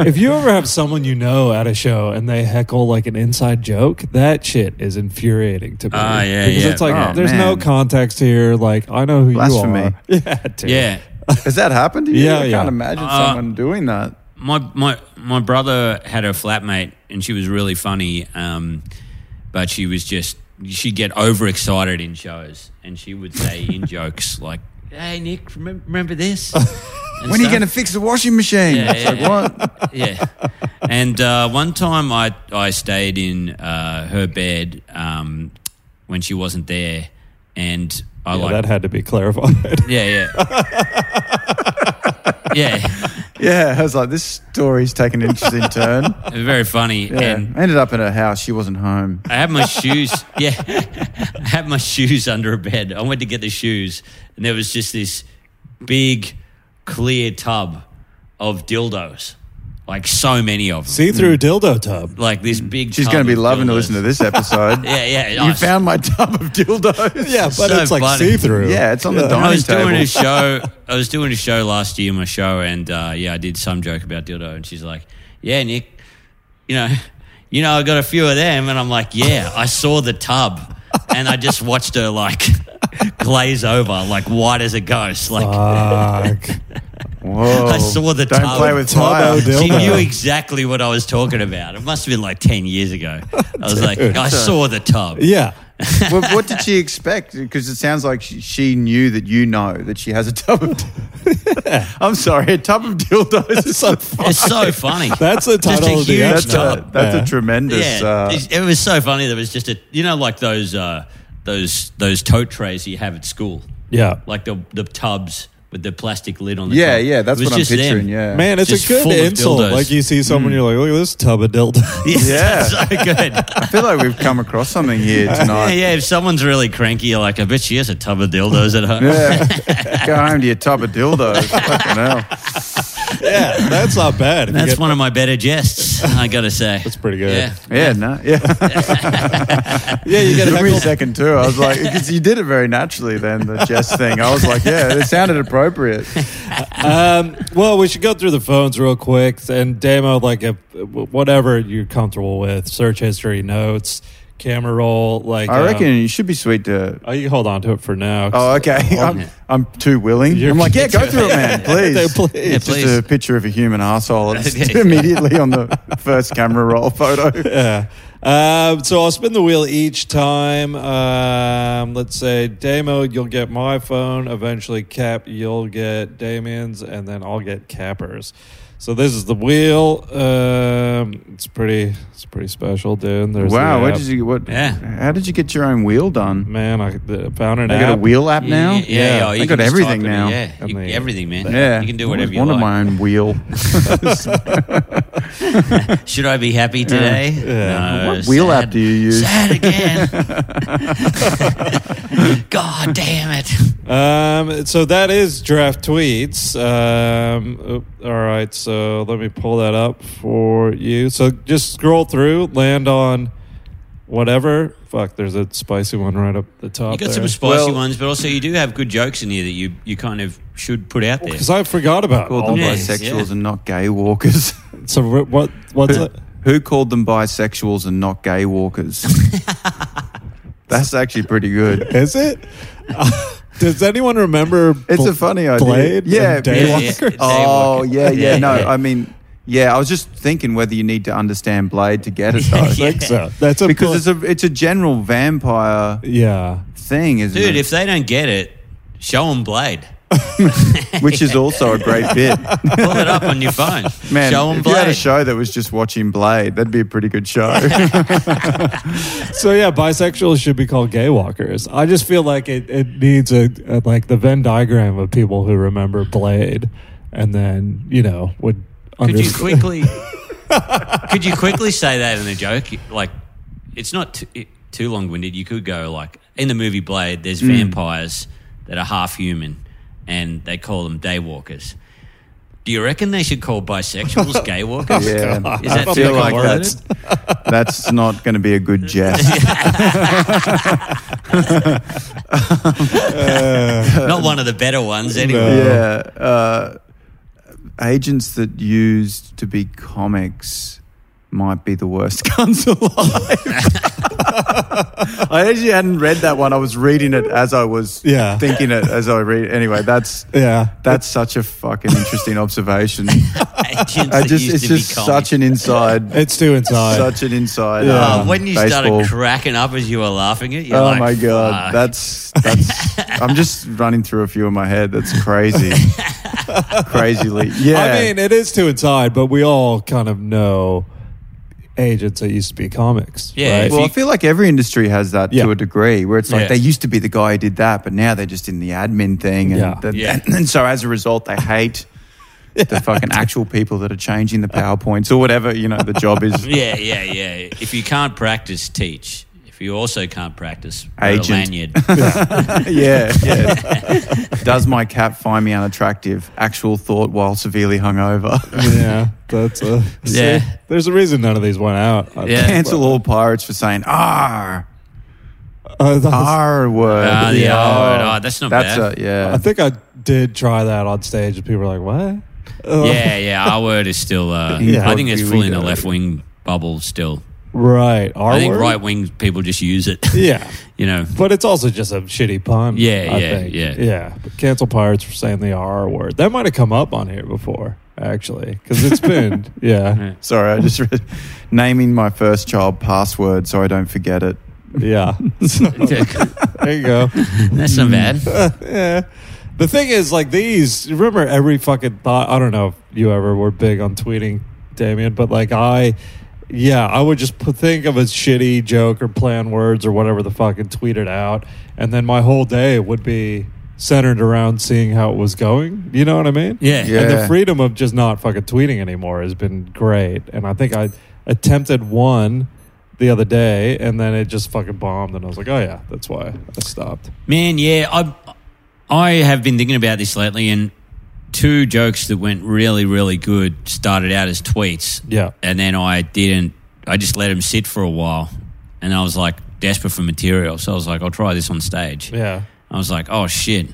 if you ever have someone you know at a show and they heckle like an inside joke, that shit is infuriating to me. Ah, yeah, because yeah. it's like Oh, there's no man. context here. Like I know who Blasphemy. you are. Yeah, dude. yeah. Has that happened to you? Yeah, I yeah. can't imagine Uh, someone doing that. my my my brother had a flatmate and she was really funny um but she was just she'd get overexcited in shows and she would say in jokes like hey nick remember, remember this And When are you stuff. going to fix the washing machine? Yeah, It's yeah, like, yeah. what? yeah. And uh, one time I, I stayed in uh, her bed um, when she wasn't there. And I Yeah, like. that had to be clarified. yeah, yeah. yeah. Yeah, I was like, this story's taken an interesting turn. It was very funny. Yeah. And I ended up in her house. She wasn't home. I had my shoes. Yeah. I had my shoes under a bed. I went to get the shoes. And there was just this big, clear tub of dildos. Like so many of them. See through dildo tub. Like this big. She's going to be loving to listen to this episode. Yeah, yeah. You nice. found my tub of dildos. Yeah, but So it's like funny. see through. Yeah, it's on the I dining was table. doing a show. I was doing a show last year, my show, and uh, yeah, I did some joke about dildo, and she's like, "Yeah, Nick, you know, you know, I got a few of them," and I'm like, "Yeah, I saw the tub, and I just watched her like glaze over, like white as a ghost, like Fuck. Whoa. I saw the Don't tub. play with Tub fire. Odell. She dildo. knew exactly what I was talking about. It must have been like 10 years ago. I was like, I saw the tub. Yeah. what, what did she expect? Because it sounds like she, she knew that you know that she has a tub of. I'm sorry, a tub of dildos. That's a, It's so funny. that's the Just a title of the huge app That's, now. a, that's Yeah. a tremendous. yeah, Uh, it, it was so funny. There was just a, you know, like those, uh, those, those tote trays you have at school, Yeah. like the, the tubs with the plastic lid on the yeah, top. yeah, It that's was what I'm just them. picturing. Yeah, Man, it's Just a good full of insult. dildos. Like you see someone, Mm. you're like, look at this tub of dildo. Yes, Yeah. that's so I good. feel like we've come across something here Yeah, tonight. yeah, if someone's really cranky, you're like, I bet she has a tub of dildos at home. Yeah. Go home to your tub of dildos. Fucking hell. yeah, that's not bad. If you That's get- one of my better jests, I gotta say. That's pretty good. Yeah. Yeah, no, yeah. Yeah, you get It took me a heckled. second too. I was like, because you did it very naturally then, the jest thing. I was like, yeah, it sounded appropriate. Um, well, we should go through the phones real quick and demo like a whatever you're comfortable with. Search history, notes, camera roll. Like I um, reckon you should be sweet to. Oh, you can hold on to it for now. Oh, okay. I'm, I'm too willing. You're- I'm like, yeah, go through it, man, Yeah, please. please. Yeah, It's please. just a picture of a human asshole. It's Yeah. immediately on the first camera roll photo. Yeah. Um, so I'll spin the wheel each time. Um, let's say Damo, you'll get my phone. Eventually, Cap, you'll get Damien's, and then I'll get Capper's. So this is the wheel. Um, it's pretty. It's pretty special, dude. There's the Wow, where app. did you what? Yeah. How did you get your own wheel done? Man, I uh, found an I app. got a wheel app now. Yeah, yeah, yeah. I You got can just everything type it in. now. Yeah, you- I mean, everything, man. Yeah, you can I do whatever you always want. wanted my own wheel. Should I be happy today? Yeah. No, What wheel app do you use? Sad again. God damn it! Uh, Um, so that is draft tweets. Um, oop, all right, so let me pull that up for you. So just scroll through, land on whatever. Fuck, there's a spicy one right up the top. You got some spicy ones, but also you do have good jokes in here that you you kind of should put out there. because I forgot about Called all them Yeah, this. bisexuals yeah. and not gay walkers. So wh- what? What's Who, it? who called them bisexuals and not gay walkers? That's actually pretty good. Is it? Does anyone remember? It's Bl- a funny idea. Blade yeah, and Day yeah, Walker? yeah. Oh, Daywalker. yeah, yeah. Yeah, No, yeah. I mean, yeah. I was just thinking whether you need to understand Blade to get it though, I think so. That's a because pl- it's a it's a general vampire yeah. thing, isn't Dude, it? if they don't get it, show them Blade. Which is also a great bit. Pull it up on your phone. Man, show them if you had a Blade. show that was just watching Blade, that'd be a pretty good show. So yeah, bisexuals should be called gay walkers. I just feel like it, it needs a, a like the Venn diagram of people who remember Blade, and then you know would. Could you understand- quickly? could you quickly say that in a joke? Like, it's not too, it- too long-winded. You could go like in the movie Blade. There's Mm. vampires that are half human, and they call them daywalkers. Do you reckon they should call bisexuals gay walkers? Yeah. Is that too I feel like convoluted? that's, that's not going to be a good jest. Not one of the better ones, anyway. yeah. Uh, agents that used to be comics might be the worst guns alive. I actually hadn't read that one. I was reading it as I was Yeah. thinking it as I read. Anyway, that's Yeah. that's such a fucking interesting observation. Agents I that just used it's to be just comics. such an inside It's too inside. such an inside. Yeah. Oh, um, when you baseball. started cracking up as you were laughing at, you're Oh like, my god, "Fuck." that's that's. I'm just running through a few in my head. That's crazy, crazily. Yeah, I mean, it is too inside, but we all kind of know agents that used to be comics. Yeah, right? if well, you- I feel like every industry has that Yeah. to a degree, where it's like Yeah. they used to be the guy who did that, but now they're just in the admin thing, and, Yeah. the- Yeah. and so as a result, they hate. The fucking actual people that are changing the PowerPoints or whatever, you know, the job is yeah, yeah, yeah. If you can't practice, teach. If you also can't practice, wear a Agent. lanyard. yeah, yeah. Does my cat find me unattractive? Actual thought while severely hungover. yeah, that's a Yeah. See, there's a reason none of these went out. I Yeah. think. Cancel all pirates for saying R Uh, that was- R word. Ah, the Yeah. R word. Oh, that's not That's bad. a, yeah. I think I did try that on stage, and people were like, "What?" Uh, yeah, yeah. Our word is still. Uh, Yeah. I think it's Here fully we in the go. left wing bubble still. Right. R I think word? right wing people just use it. Yeah. you know. But it's also just a shitty pun. Yeah, I yeah, think. yeah. Yeah. But cancel pirates for saying the R word. That might have come up on here before, actually, because it's been, yeah. Sorry, I just read naming my first child password so I don't forget it. Yeah. there you go. That's not bad. yeah. The thing is, like these, remember every fucking thought. I don't know if you ever were big on tweeting, Damien, but like I, yeah, I would just put, think of a shitty joke or play on words or whatever the fuck and tweet it out. And then my whole day would be centered around seeing how it was going. You know what I mean? Yeah. Yeah. And the freedom of just not fucking tweeting anymore has been great. And I think I attempted one the other day and then it just fucking bombed. And I was like, oh yeah, that's why I stopped. Man, yeah, I I have been thinking about this lately, and two jokes that went really, really good started out as tweets, Yeah. and then I didn't. I just let them sit for a while, and I was like desperate for material, so I was like, I'll try this on stage. Yeah. I was like, oh shit.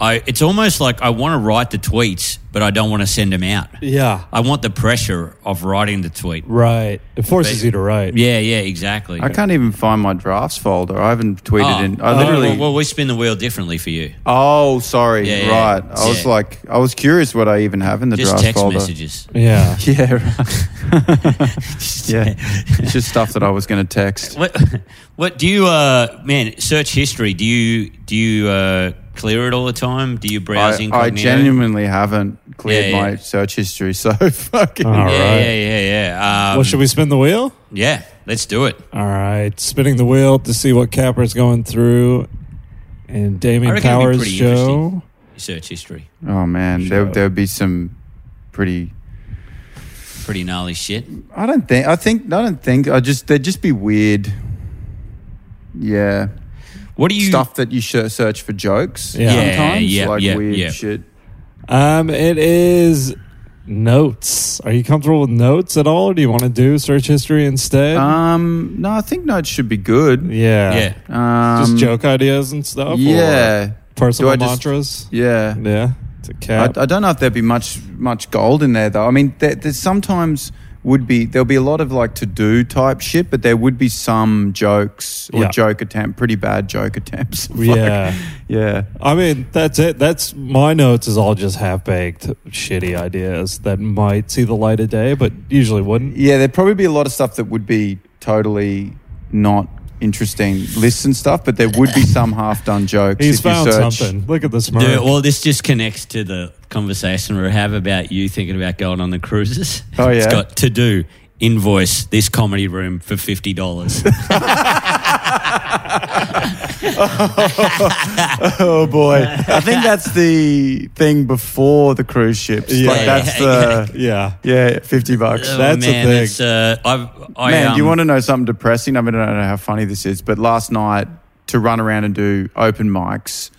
I, it's almost like I want to write the tweets, but I don't want to send them out. Yeah. I want the pressure of writing the tweet. Right. It forces But- you to write. Yeah, yeah, exactly. I can't even find my drafts folder. I haven't tweeted Oh. in. I literally. Oh, well, well, we spin the wheel differently for you. Oh, sorry. Yeah, yeah, right. yeah. I was Yeah. like, I was curious what I even have in the Just draft text folder. messages. Yeah. Yeah. Right. yeah. It's just stuff that I was going to text. What, what do you, uh, man? Search history. Do you do you uh, clear it all the time? Do you browse I, I eh? incognito? genuinely haven't cleared Yeah, yeah. my search history, so fucking. All Yeah, right. yeah, yeah, yeah. Um, Well, should we spin the wheel? Yeah, let's do it. All right. Spinning the wheel to see what Capper's going through and I Damien reckon it'd be Powers' pretty show. interesting. Search history. Oh man, there Sure. there'd be some pretty. Pretty gnarly shit. I don't think. I think. I don't think. I just. They'd just be weird. Yeah. What do you? stuff that you sh- search for jokes. Yeah. Yeah, Sometimes. yeah, like yeah, weird yeah. shit. Um, it is notes. Are you comfortable with notes at all? Or do you want to do search history instead? Um. No, I think notes should be good. yeah. Yeah. Um, Just joke ideas and stuff. or Yeah. personal Do I just- mantras. Yeah. yeah. It's a I, cap. I don't know if there'd be much much gold in there though. I mean, there, there's sometimes would be there'll be a lot of like to do type shit, but there would be some jokes or Yeah. joke attempt, pretty bad joke attempts. Like, yeah. yeah. I mean, that's it. That's my notes is all just half baked, shitty ideas that might see the light of day, but usually wouldn't. Yeah, there'd probably be a lot of stuff that would be totally not interesting lists and stuff, but there would be some half done jokes. He's if you found search. something. Look at the smirk. Do, well, this just connects to the conversation we have about you thinking about going on the cruises. Oh, it's yeah. got to do invoice this comedy room for fifty dollars. Oh boy. I think that's the thing before the cruise ships. Yeah. Like that's the yeah. yeah, fifty bucks. That's the man, thing. It's, uh, I've, I, Man, do you um, want to know something depressing? I mean, I don't know how funny this is, but last night to run around and do open mics,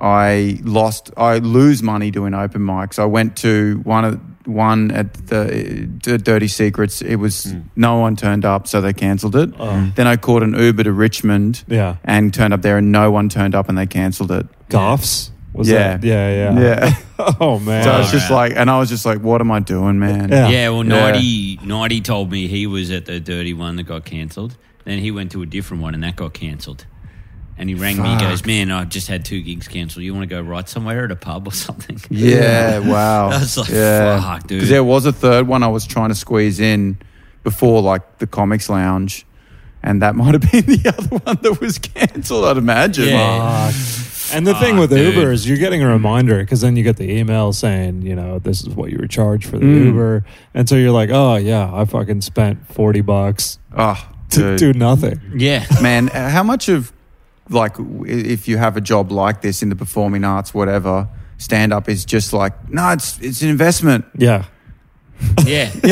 I lost. I lose money doing open mics. I went to one of one at the uh, Dirty Secrets. It was Hmm. no one turned up, so they cancelled it. Then I caught an Uber to Richmond, Oh. Yeah. and turned up there, and no one turned up, and they cancelled it. Goffs? Was Yeah. that? Yeah, yeah. Yeah. Oh, man. So I was Alright. just like, and I was just like, what am I doing, man? Yeah. Yeah, well, Yeah. Nighty, Nighty told me he was at the dirty one that got cancelled. Then he went to a different one and that got cancelled. And he rang me. He goes, "Man, I've just had two gigs cancelled. You want to go right somewhere at a pub or something?" Yeah, wow. I was like, fuck, dude. Because there was a third one I was trying to squeeze in before, like, the Comics Lounge. And that might have been the other one that was cancelled, I'd imagine. Yeah. Fuck. And the thing with dude. Uber is you're getting a reminder because then you get the email saying, you know, this is what you were charged for the Mm. Uber. And so you're like, oh, yeah, I fucking spent 40 bucks Oh, to dude. do nothing. Yeah, Man, uh, how much of, like, w- if you have a job like this in the performing arts, whatever, stand up is just like, no, it's, it's an investment, Yeah. yeah.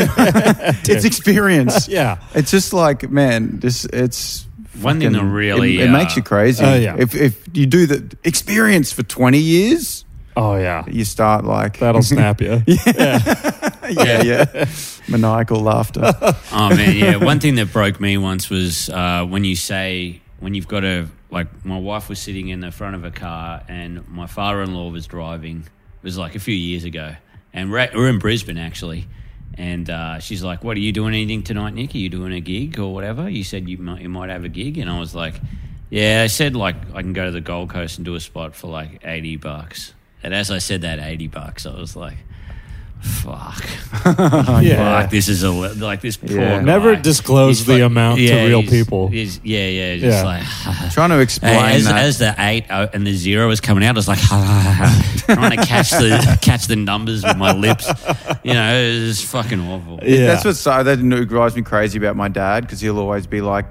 it's experience. Yeah. It's just like, man, this it's One thing fucking- that really, it, it uh, makes you crazy. Oh, yeah. If if you do the experience for twenty years, Oh, yeah. you start like That'll snap you. yeah yeah maniacal laughter. Oh man, yeah. One thing that broke me once was uh, when you say when you've got a like. My wife was sitting in the front of a car, and my father-in-law was driving. It was like a few years ago, and we're, at- we're in Brisbane actually, And uh, she's like, "What are you doing? Anything tonight, Nick? Are you doing a gig or whatever?" You said you might, you might have a gig, and I was like, "Yeah." I said like I can go to the Gold Coast and do a spot for like eighty bucks. And as I said that eighty bucks, I was like, "Fuck, yeah. fuck, this is a li- like this poor Yeah. guy. Never disclose He's the fu- amount to yeah, real he's- people. he's- yeah, yeah, Yeah. just like." Trying to explain as, that. as the eight uh, and the zero was coming out, I was like trying to catch the catch the numbers with my lips. You know, it was fucking awful. Yeah. That's what's so that drives me crazy about my dad because he'll always be like,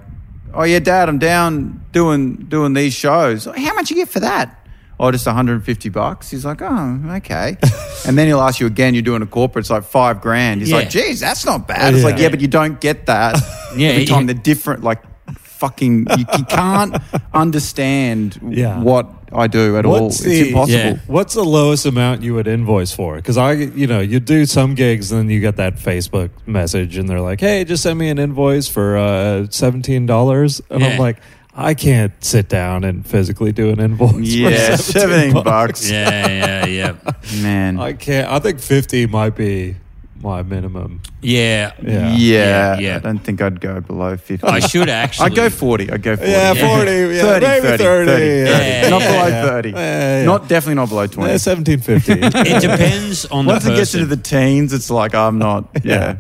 "Oh yeah, dad, I'm down doing doing these shows. How much you get for that?" Oh, just 150 bucks. He's like, "Oh, okay." and then he'll ask you again. You're doing a corporate. It's like five grand. He's Yeah. like, "Geez, that's not bad." It's like, Yeah. "Yeah, but you don't get that Yeah, every yeah. time. They're different. Like, fucking, you, you can't understand Yeah. what I do at all. What's It's the- impossible." Yeah. What's the lowest amount you would invoice for? Because I, you know, you do some gigs, and then you get that Facebook message, and they're like, "Hey, just send me an invoice for uh, seventeen dollars," and I'm Yeah. like, "I can't sit down and physically do an invoice." Yeah, for 17 bucks. Yeah, yeah, yeah, Man. I can't. I think fifty might be my minimum. yeah, Yeah. yeah. Yeah, yeah. I don't think I'd go below 50. I should actually. I'd go 40. I'd go 40. Yeah, Yeah. 40. Yeah, 30, maybe 30. 30, Yeah, Not yeah, below yeah. 30. Yeah, yeah. Not definitely not below 20. Eh, seventeen fifty. It depends on Once the it gets person. into the teens, it's like I'm not. Yeah,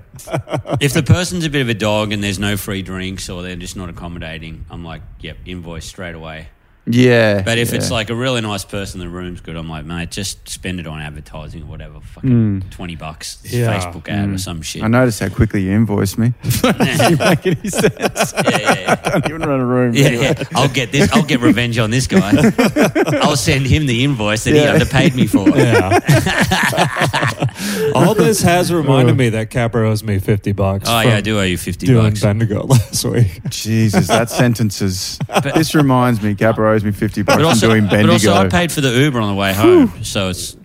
if the person's a bit of a dog and there's no free drinks or they're just not accommodating, I'm like, yep, invoice straight away. yeah. But if yeah. it's like a really nice person, the room's good. I'm like, mate, just spend it on advertising or whatever. Fucking twenty bucks, Yeah. Facebook ad or some shit. Hmm. I noticed how quickly you invoiced me. yeah, Make any sense? yeah, yeah. I don't even run a room. Yeah, anyway. yeah. I'll get this. I'll get revenge on this guy. I'll send him the invoice that Yeah. he underpaid me for. Yeah. All this has reminded me that Capper owes me fifty bucks. Oh from yeah, I do owe you fifty Doing bucks. Bendigo last week. Jesus, that sentence is. this reminds me, Gabba owes me 50 bucks But for also, doing but Bendigo. also, I paid for the Uber on the way home, so it's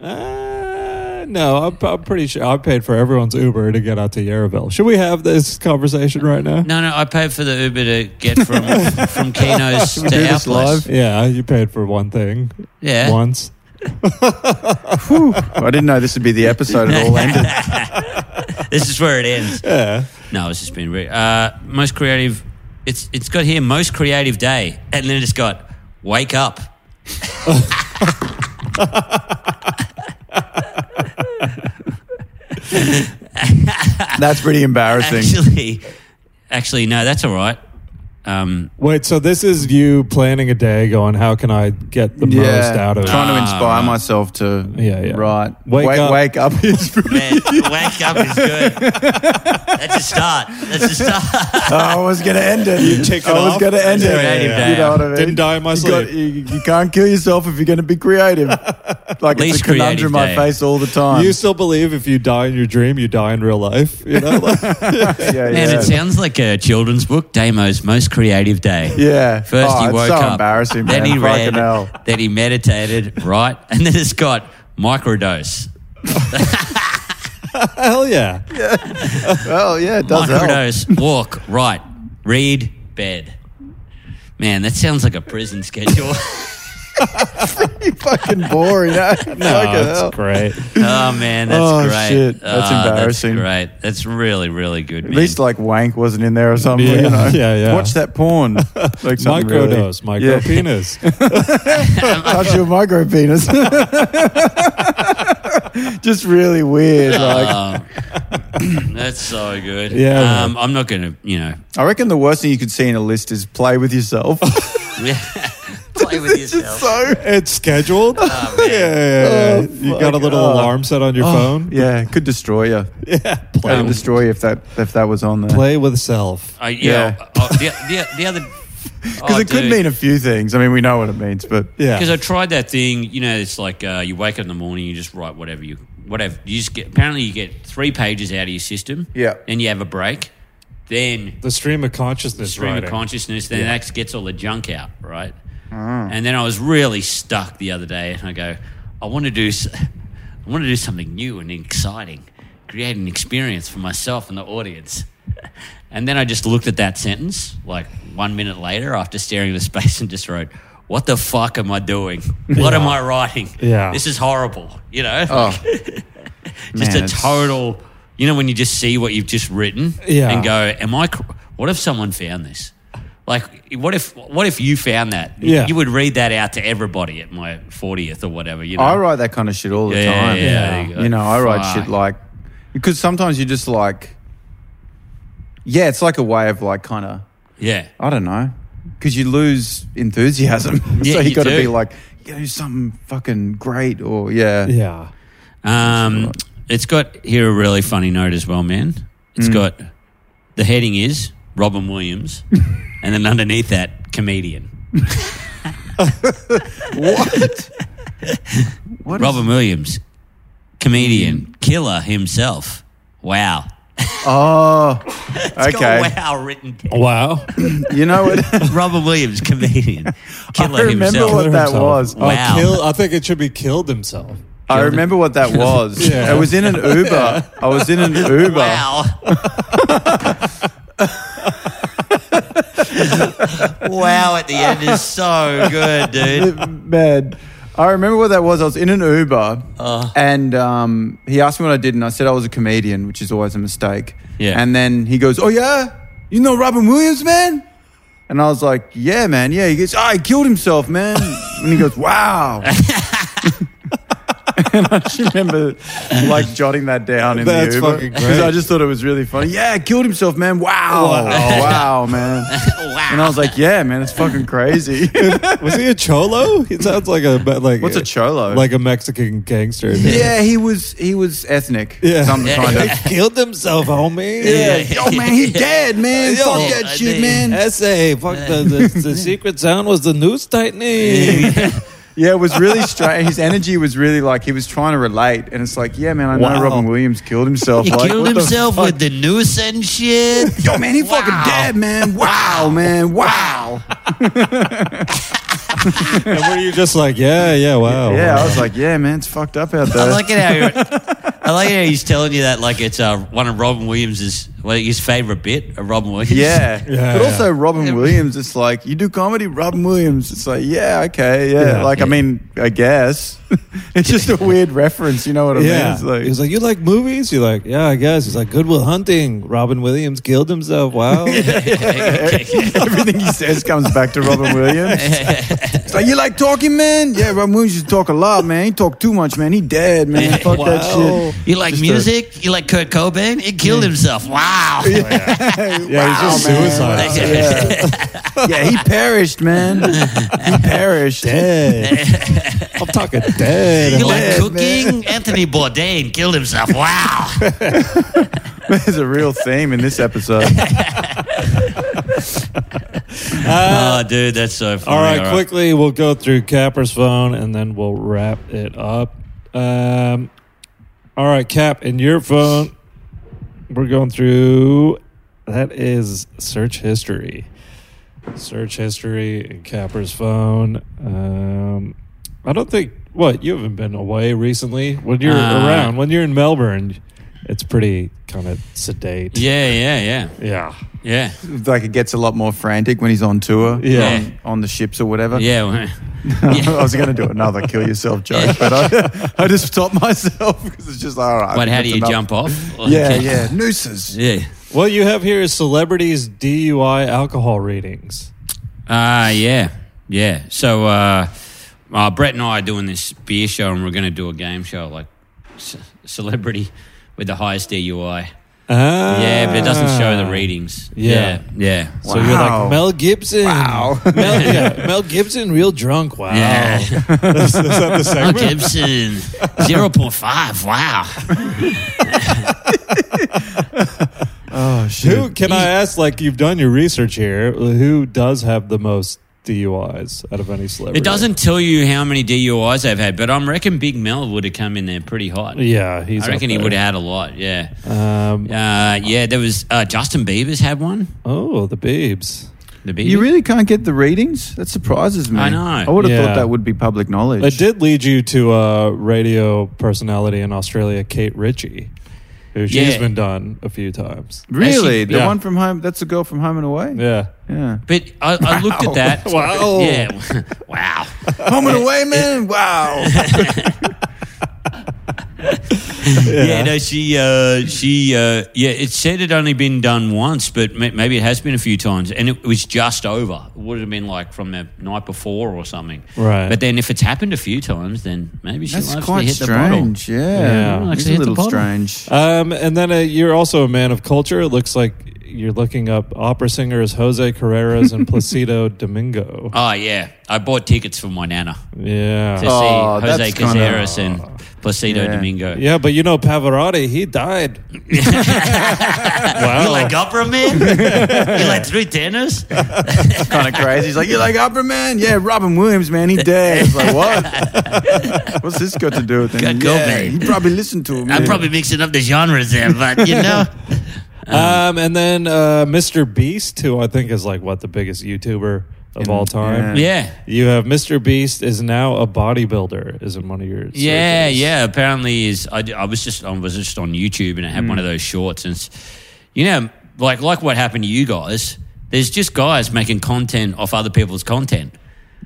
Uh, no, I'm, I'm pretty sure I paid for everyone's Uber to get out to Yarraville. Should we have this conversation right now? no, no. I paid for the Uber to get from from Keno's we do to our this place. live? Yeah, you paid for one thing Yeah. once. I didn't know this would be the episode. It all ended. this is where it ends. Yeah. No, it's just been re- uh, most creative. It's it's got here most creative day, and then it's got wake up. That's pretty embarrassing. Actually, actually, no, that's all right. Um, Wait, so this is you planning a day going, how can I get the most out of trying it? to Ah, inspire right. myself to Yeah, yeah. right Wake wake up. wake up is pretty- man, wake up is good. That's a start. That's a start. Oh, I was gonna end it you tick it I was off? gonna end Yeah, it yeah, yeah. you know what I mean Didn't die in my you, sleep. you, you can't kill yourself if you're gonna be creative like it's Least a conundrum creative I day. face all the time You still believe if you die in your dream, you die in real life? You know? Like, yeah, Man, yeah. it sounds like a children's book. Damo's most creative day. yeah First oh, he woke it's so up. embarrassing Then man he read. Fucking hell. Then he meditated. Right, and then it's got microdose. hell yeah. well yeah it does help Microdose, walk, right, read, bed. Man, that sounds like a prison schedule. fucking boring eh? Fucking Oh, hell. it's great. oh man, that's Oh, great. shit. That's Ah, embarrassing. That's great. That's really, really good. at least like wank wasn't in there or something Yeah, you know yeah, yeah. watch that porn like something really- Microdose, micro Yeah. penis. touch your micro penis. Just really weird. Like, Um, that's so good. Yeah, man. Um, I'm not gonna, you know, I reckon the worst thing you could see in a list is play with yourself. play with yourself. so it's scheduled. yeah, yeah, yeah. you got a little Ah, Oh. alarm set on your phone. yeah, it could destroy you. Yeah, play Um, destroy you if that if that was on there. Play with self. Uh, I, yeah. Yeah. oh, the, the, the other Oh, Because it could mean a few things. I mean, we know what it means, but Yeah. because I tried that thing. You know, it's like uh, you wake up in the morning, you just write whatever you whatever. You just get apparently you get three pages out of your system. Yeah. Then you have a break. Then the stream of consciousness. stream writing. of consciousness. Then that gets all the junk out, right? Ah. And then I was really stuck the other day, and I go, I want to do, s- I want to do something new and exciting, create an experience for myself and the audience. And then I just looked at that sentence like one minute later after staring into space and just wrote, "What the fuck am I doing? What am I writing? Yeah. this is horrible." You know, oh, just man, a it's- total. You know when you just see what you've just written Yeah. and go, "Am I? cr- What if someone found this? Like, what if what if you found that? Y- Yeah. you would read that out to everybody at my fortieth or whatever. You know, I write that kind of shit all the Yeah, yeah, time. yeah, Yeah. there you go. You know, I write Fuck. shit like because sometimes you just like, yeah, it's like a way of like kind of yeah, I don't know because you lose enthusiasm, Yeah, so you you got to do. be like, you gotta do something fucking great or yeah, Yeah. Um, it's got here a really funny note as well, man. It's Mm. got the heading is Robin Williams, and then underneath that, comedian. What is- Robin Williams, Mm. comedian, killer himself. Wow. oh, It's got okay. wow written. down. Wow. You know what? Robin Williams, comedian, killer I remember himself. what that Himself. was. Oh, Wow. kill, I think it should be killed himself. I remember what that was. Yeah. I was in an Uber. I was in an Uber. Wow. wow at the end is so good, dude. Man, I remember what that was. I was in an Uber, Uh. and um, he asked me what I did, and I said I was a comedian, which is always a mistake. Yeah. And then he goes, "Oh yeah, you know Robin Williams, man." And I was like, "Yeah, man, yeah." He goes, "Oh, he killed himself, man." and he goes, "Wow." and I just remember like jotting that down in That's the Uber fucking because great. I just thought it was really funny. Yeah, killed himself, man. Wow, wow, man. Wow. And I was like, "Yeah, man, it's fucking crazy." Was he a cholo? He sounds like a like What's a cholo? Like a Mexican gangster. Yeah, he was he was ethnic. Yeah. Some kind He of killed himself, homie. Oh man, he dead, man. Yo, Fuck that shit, man. Essay. Fuck the, the, the secret sound was the noose tightening. Yeah, it was really strange. His energy was really like he was trying to relate, and it's like, yeah, man, I know Wow. Robin Williams killed himself. He like, killed what the himself fuck? with the noose and shit. Yo, man, he Wow. fucking dead, man. Wow, man. Wow. and were you just like, yeah, yeah, wow. yeah, I wow. was like, yeah, man, it's fucked up out I there. like it how you're- I like it how he's telling you that like it's uh, one of Robin Williams's well, his favorite bit of Robin Williams. yeah. Yeah, but yeah. also Robin Williams. It's like you do comedy, Robin Williams. It's like, yeah, okay, yeah. Yeah. like, I mean, I guess it's just a weird reference. You know what I mean? yeah. It's like, he was like, you like movies? You're like, yeah, I guess. He's like, Goodwill Hunting. Robin Williams killed himself. Wow. Everything he says comes back to Robin Williams. It's like, you like talking, man? Yeah, Robin Williams used to talk a lot, man. He talked too much, man. He dead, man. Fuck that Wow. shit. You like Just a- music? you like Kurt Cobain? He killed himself. Wow. Yeah, he's just man. suicidal. Wow, yeah. yeah, he perished, man. He perished. dead. I'm talking dead. You like Yeah, cooking? Anthony Bourdain killed himself. Wow. There's a real theme in this episode. oh, dude, that's so funny. All right, quickly, we'll go through Capper's phone and then we'll wrap it up. Um, all right, Cap, in your phone, we're going through that is search history. Search history in Capper's phone. Um, I don't think, what, you haven't been away recently? When you're Uh, around, when you're in Melbourne, it's pretty kind of sedate. Yeah, yeah, yeah, Yeah. yeah, like, it gets a lot more frantic when he's on tour, Yeah. on, on the ships or whatever. yeah. well, I was going to do another kill yourself joke, but I, I just stopped myself because it's just like, all right. But how that's do you enough. jump off? Yeah, yeah. Nooses. yeah. What you have here is celebrities' DUI alcohol readings. Uh, yeah, yeah. So uh, uh, Brett and I are doing this beer show, and we're going to do a game show like c- celebrity with the highest DUI. Ah. Yeah, but it doesn't show the readings. Yeah. yeah. yeah. So you're Wow. like Mel Gibson. Wow. Mel, yeah, Mel Gibson, real drunk. Wow. Yeah. is that the Oh, segment? Gibson, zero point five. Wow. Oh, shit. Who can I ask? Like you've done your research here. Who does have the most DUIs out of any celebrity? It doesn't tell you how many DUIs they've had, but I reckon Big Mel would have come in there pretty hot. Yeah, he's. I reckon up he there. would have had a lot. Yeah. Um, Uh, yeah. There was uh, Justin Bieber's had one. Oh, the Biebs. The You Bieber. really can't get the readings? That surprises me. I know. I would have Yeah. thought that would be public knowledge. It did lead you to a radio personality in Australia, Kate Ritchie, who she's Yeah. been done a few times. Really? Actually, the yeah. one from home? That's the girl from Home and Away? Yeah. Yeah. But I, I looked at that. Wow. Yeah. wow. Home and Away, man? Wow. yeah. no, she, uh, she, uh, yeah, it said it only been done once, but ma- maybe it has been a few times, and it was just over. It would have been like from the night before or something, Right. But then if it's happened a few times, then maybe she That's likes quite to hit the bottle. strange. Yeah, Yeah. it's Likes to a hit the little bottle. strange. Um, and then uh, you're also a man of culture. It looks like you're looking up opera singers Jose Carreras and Placido Domingo. Oh yeah, I bought tickets for my nana to Yeah. Oh, see Jose that's kinda- Caceres and Placido Yeah. Domingo. Yeah, but you know Pavarotti, he died. You like opera, man? you like three tenors? kind of crazy. He's like, you like opera, man? Yeah, Robin Williams, man, he dead. It's like, what? What's this got to do with anything? Good God, yeah, man. He probably listened to him. I'm yeah. probably mixing up the genres there, but you know. Um, and then uh, Mr. Beast, who I think is like what the biggest YouTuber of all time. yeah. You have Mr. Beast is now a bodybuilder. Is in one of your Yeah, surgeries. yeah. Apparently, is I, I was just I was just on YouTube and it had one Mm. of those shorts, and it's- you know, like like what happened to you guys. There's just guys making content off other people's content.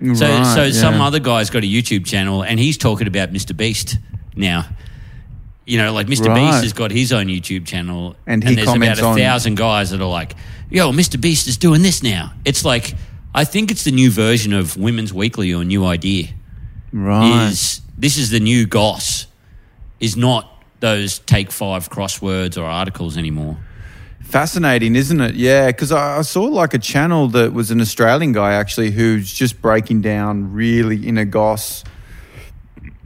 So Right, so yeah. some other guy's got a YouTube channel and he's talking about Mr. Beast now. You know, like Mr. Right. Beast has got his own YouTube channel, And he there's comments about on- a thousand guys that are like, "Yo, Mr. Beast is doing this now." It's like I think it's the new version of Women's Weekly or New Idea Right. is this is the new goss is not those take five crosswords or articles anymore Fascinating, isn't it? Yeah, because I, I saw like a channel that was an Australian guy actually who's just breaking down really inner goss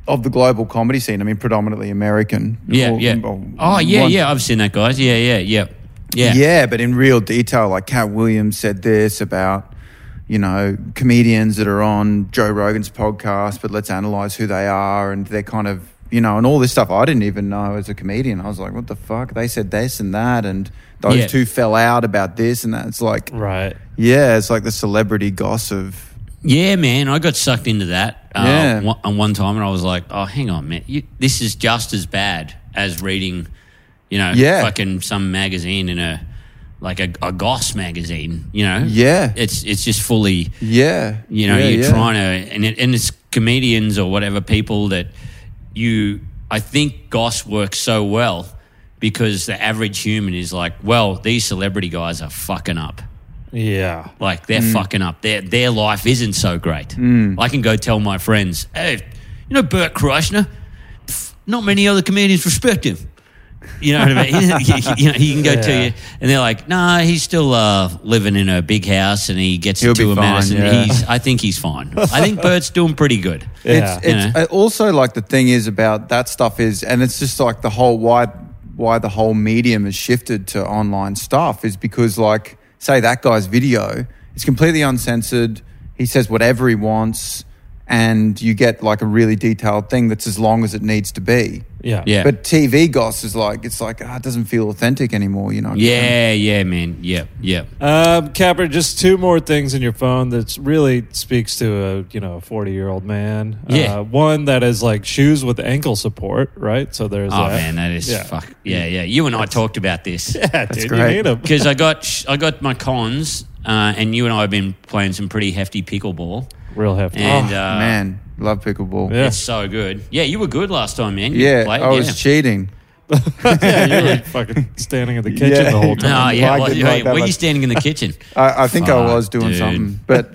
of the global comedy scene. I mean, predominantly American. yeah Or- yeah or oh yeah one- yeah i've seen that guys yeah yeah yeah yeah Yeah. but in real detail, like Cat Williams said this about, you know, comedians that are on Joe Rogan's podcast, but let's analyze who they are and they're kind of, you know, and all this stuff I didn't even know as a comedian. I was like, what the fuck? They said this and that, and those Yeah. two fell out about this and that. It's like, Right. yeah, it's like the celebrity gossip. Yeah, man, I got sucked into that uh, Yeah. one, on one time, and I was like, "Oh, hang on, man, you, this is just as bad as reading, you know, Yeah. fucking some magazine in a like a, a goss magazine, you know, Yeah. it's it's just fully Yeah. You know, Yeah, you're yeah. trying to, and, it, and it's comedians or whatever people that you, I think Goss works so well because the average human is like, well, these celebrity guys are fucking up. Yeah. Like they're fucking up. Their their life isn't so great. I can go tell my friends, hey, you know Bert Kreischer. Pff, Not many other comedians respect him. You know what I mean? you know, he can go to Yeah. you, and they're like, "Nah, he's still uh, living in a big house, and he gets He'll to be a fine, medicine. yeah. He's, I think he's fine. I think Bert's doing pretty good. Yeah. It's, it's uh, also like the thing is about that stuff is, and it's just like the whole why why the whole medium has shifted to online stuff is because like say that guy's video, it's completely uncensored. He says whatever he wants, and you get like a really detailed thing that's as long as it needs to be. Yeah. Yeah, But TV goss is like it's like ah, it doesn't feel authentic anymore. You know? yeah, yeah, man, yeah, yeah. Um, Capper, just two more things in your phone that really speaks to a you know a forty year old man. Yeah. Uh, one that is like shoes with ankle support, right? So there's Oh that. man, that is Yeah. fuck. Yeah, yeah. You and I talked about this. Yeah, dude, great. you need 'em. because I got I got my cons, uh, and you and I have been playing some pretty hefty pickleball, Real hefty. and uh, Oh, man, love pickleball. Yeah. it's so good. Yeah, you were good last time, man. You Yeah, played, I was yeah. cheating. yeah, you were fucking standing in the kitchen Yeah. the whole time. No, yeah, I well, didn't you- like that were you much. standing in the kitchen? I, I think I Fuck, was doing dude. something, but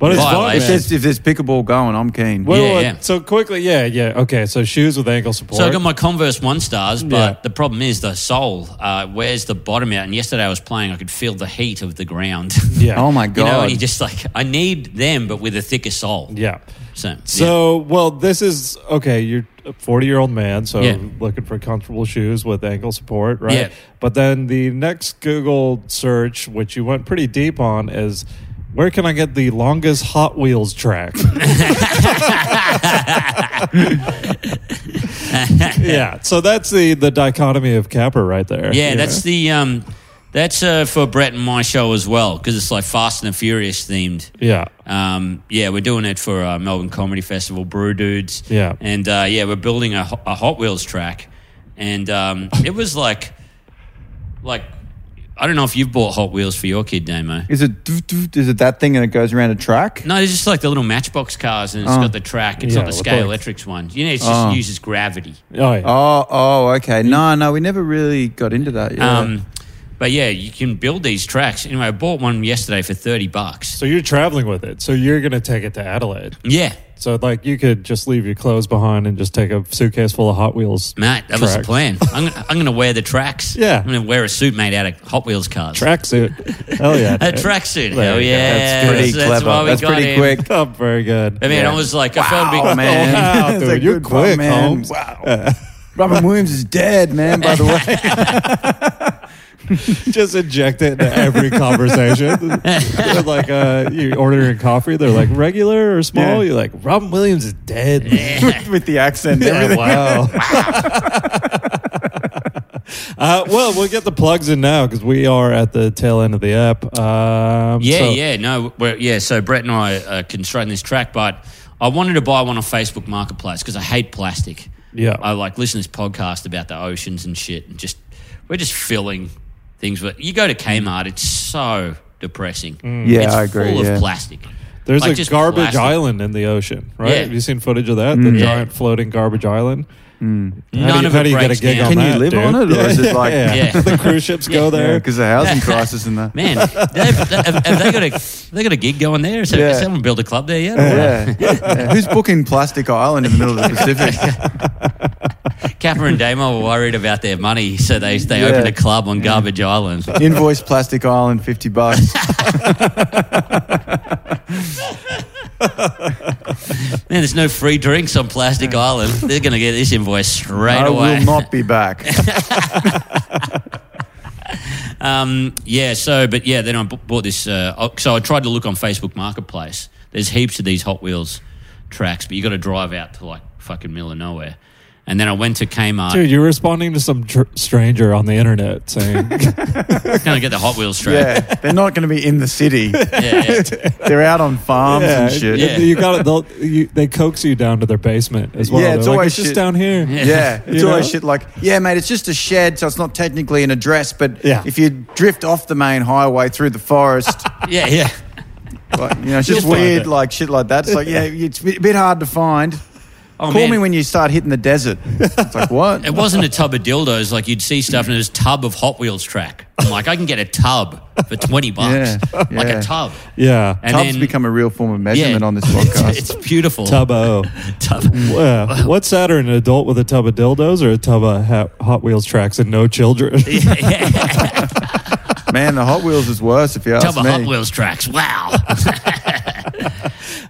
But it's fun. Violation. if man. there's, if there's pickleball going, I'm keen. Wait, Yeah, wait, yeah. So quickly, yeah, yeah. Okay, so shoes with ankle support. So I got my Converse One Stars, but Yeah. the problem is the sole uh, wears the bottom out. And yesterday I was playing, I could feel the heat of the ground. yeah. Oh my you know, god! and you just like I need them, but with a thicker sole. Yeah. So, yeah. So, well, this is okay. You're a 40 year old man, so Yeah. looking for comfortable shoes with ankle support, right? Yeah. But then the next Google search, which you went pretty deep on, is where can I get the longest Hot Wheels track? yeah. So that's the, the dichotomy of Capper right there. Yeah, you that's know? the um, that's uh, for Brett and my show as well because it's like Fast and the Furious themed. Yeah. Um, yeah, we're doing it for uh, Melbourne Comedy Festival, Brew Dudes. Yeah. and uh, yeah, we're building a, ho- a Hot Wheels track, and um, it was like, like I don't know if you've bought Hot Wheels for your kid, Damo. Is it doof, doof, is it that thing and it goes around a track? No, it's just like the little Matchbox cars, and it's Oh. got the track. It's Yeah, not the with Scale bikes. Electrics one. You know, it just Oh. uses gravity. Oh, yeah. Oh, oh, okay. No, no, we never really got into that. Yeah. Um, but yeah, you can build these tracks. Anyway, I bought one yesterday for thirty bucks. so you're traveling with it. So you're going to take it to Adelaide. Yeah, So like you could just leave your clothes behind and just take a suitcase full of Hot Wheels Matt, that was the Tracks. plan. I'm gonna, I'm gonna wear the tracks. Yeah. I'm gonna wear a suit made out of Hot Wheels cars. tracksuit. Hell yeah, a dude. tracksuit. There Hell you go. yeah, that's pretty So clever. why we That's got pretty him. quick. Oh, very good. I mean, Yeah. I was like, I felt a bit. Wow, Oh, man. Wow, That's a dude, you're good one, quick, man. Holmes. Wow. Robin Williams is dead, man. By the way, just inject it into every conversation. They're like uh, you ordering coffee, they're like regular or small. Yeah. You're like Robin Williams is dead. with, with the accent, and everything. wow. uh, well, we'll get the plugs in now because we are at the tail end of the app. Um, Yeah, so- yeah, no, we're, yeah. So Brett and I are constrained this track, but I wanted to buy one on Facebook Marketplace because I hate plastic. Yeah. I like listen to this podcast about the oceans and shit, and just we're just filling things. But you go to Kmart, it's so depressing. Mm. Yeah, it's I agree, Full yeah. of plastic. There's Like, a just garbage plastic. island in the ocean, right? Yeah. Have you seen footage of that? The Mm. Yeah. giant floating garbage island. How Mm. None do you, of how do it you get a breaks gig down. on Can you that? live dude? on it, or is it like- Yeah. the cruise ships go there? because the housing crisis and that. Man, they've, have, have they got a have they got a gig going there? Has Yeah. has someone built a club there yet? Yeah. Yeah. Who's booking Plastic Island in the middle of the Pacific? Kappa and Damo were worried about their money, so they they Yeah. opened a club on Garbage Island. Invoice Plastic Island, fifty bucks. Man, there's no free drinks on Plastic Island. They're going to get this invoice straight I away. will not be back. Um, yeah, so, but yeah, then I b- bought this. Uh, oh, so I tried to look on Facebook Marketplace. There's heaps of these Hot Wheels tracks, but you got to drive out to like fucking middle of nowhere. And then I went to Kmart. Dude, you're responding to some tr- stranger on the internet saying, Can I get the Hot Wheels track? Yeah, they're not going to be in the city. Yeah. yeah. They're out on farms and shit. Yeah. You got it. They'll, you, they coax you down to their basement as well. Yeah, They're it's like, always just shit." down here. Yeah. Yeah, it's You always know? shit like, yeah, mate, it's just a shed, so it's not technically an address, but Yeah. if you drift off the main highway through the forest, yeah, yeah. like, you know, it's You'll just find weird, it. like shit like that. It's like, yeah, it's a bit- bit hard to find. Oh, Call man. me when you start hitting the desert. It's like, what? It wasn't a tub of dildos like you'd see stuff, and it was tub of Hot Wheels track. I'm like, I can get a tub for 20 bucks. Yeah, Like yeah. a tub. Yeah. And Tubs then- become a real form of measurement on this podcast. It's, it's beautiful. Tubbo. Tub. yeah. What's sadder, an adult with a tub of dildos or a tub of ha- Hot Wheels tracks and no children? Man, the Hot Wheels is worse if you ask Tub of me. Hot Wheels tracks. Wow.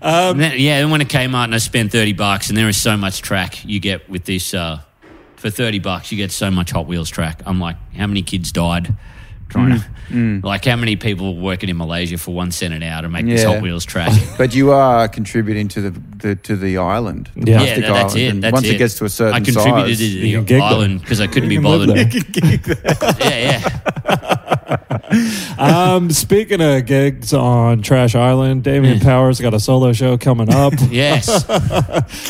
um, then, yeah, and when it came out, and I spent thirty bucks, and there is so much track you get with this. Uh, for thirty bucks, you get so much Hot Wheels track. I'm like, how many kids died? Mm, Trying to, like, how many people working in Malaysia for one cent an hour to make this Yeah. Hot Wheels track? But you are contributing to the, the to the island. the Yeah. yeah, plastic no, that's island. it. And That's once it. it. gets to a certain I contributed size, You to can the gig there. island because I couldn't be You can live bothered. there. yeah, yeah. Um, speaking of gigs on Trash Island, Damien Hmm. Powers got a solo show coming up. Yes.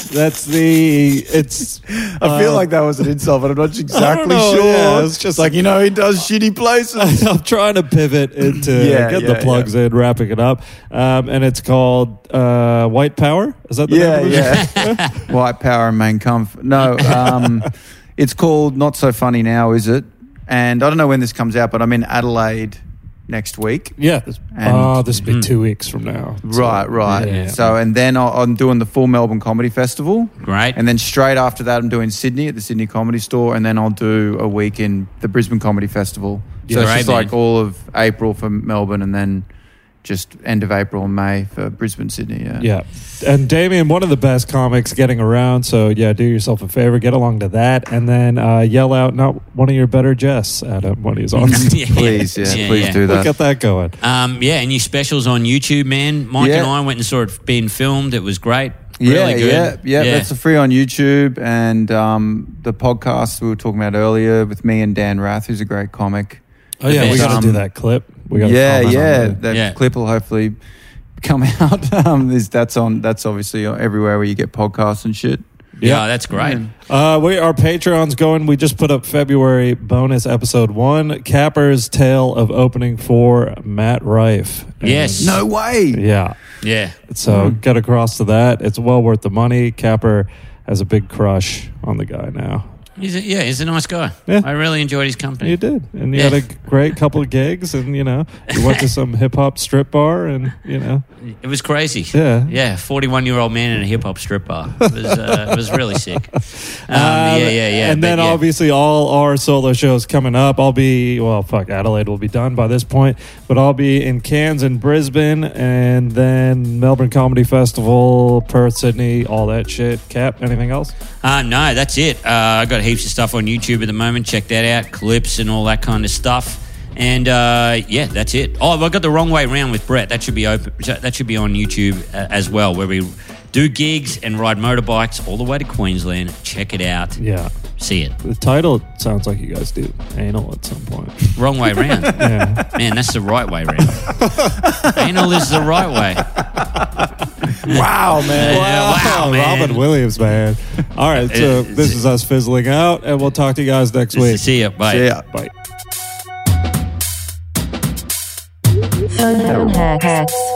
That's the it's. I feel uh, like that was an insult, but I'm not exactly know, sure. yeah, it's it's just- just like you know he does shitty places. I'm trying to pivot into Yeah, getting yeah, the plugs in, wrapping it up, um, and it's called uh, White Power. Is that the yeah, name of the yeah. White power and main comf. No, um, it's called Not So Funny Now, is it? And I don't know when this comes out, but I'm in Adelaide next week. Yeah. this- And- oh, this will be two weeks from now. So- Right, right. Yeah. So, and then I- I'm doing the full Melbourne Comedy Festival. Great. And then straight after that, I'm doing Sydney at the Sydney Comedy Store, and then I'll do a week in the Brisbane Comedy Festival. So Yeah, it's right, just man. like all of April for Melbourne, and then just end of April and May for Brisbane, Sydney. Yeah. Yeah. And Damien, one of the best comics getting around. So, yeah, do yourself a favor, get along to that, and then uh, yell out not one of your better jests at him when he's on. Yeah, Please, yeah, please do Look that. at that going. Um, yeah, and your specials on YouTube, man. Mike Yeah. and I went and saw it being filmed. It was great. Yeah, really good. yeah, yeah, That's the free on YouTube and um, the podcast we were talking about earlier with me and Dan Rath, who's a great comic. Oh, yeah, we best. got to Um, do that clip. We got yeah, yeah. That Yeah. clip will hopefully come out. Um, is that's on? That's obviously everywhere where you get podcasts and shit. Yeah, Yeah. that's great. Uh, we our Patreon's going. We just put up February bonus episode one, Capper's Tale of Opening for Matt Rife. And- Yes. No way. Yeah. Yeah. So Mm-hmm. get across to that. It's well worth the money. Capper has a big crush on the guy now. He's a, yeah, he's a nice guy. Yeah. I really enjoyed his company. You did, and you Yeah. had a g- great couple of gigs, and you know you went to some hip hop strip bar, and you know It was crazy. Yeah. Yeah. 41 year old man in a hip hop strip bar. It was, uh, it was really sick. Um, Um, yeah, yeah, yeah. And but then yeah. obviously all our solo shows coming up. I'll be well, fuck Adelaide will be done by this point, but I'll be in Cairns and Brisbane, and then Melbourne Comedy Festival, Perth, Sydney, all that shit. Cap, anything else? Uh, no, that's it. Uh, I got heaps of stuff on YouTube at the moment. Check that out, clips and all that kind of stuff. And uh, yeah, that's it. Oh, I got the wrong way round with Brett. That should be open. That should be on YouTube uh, as well, where we do gigs and ride motorbikes all the way to Queensland. Check it out. Yeah, See it. the title sounds like you guys do anal at some point. Wrong way round. Yeah, Man, that's the right way round. Anal is the right way. Oh, Wow, man. Wow, man. Robin Williams, man. All right, so It's- this is us fizzling out, and we'll talk to you guys next week. See ya. Bye. Yeah. Bye. Phone hacks.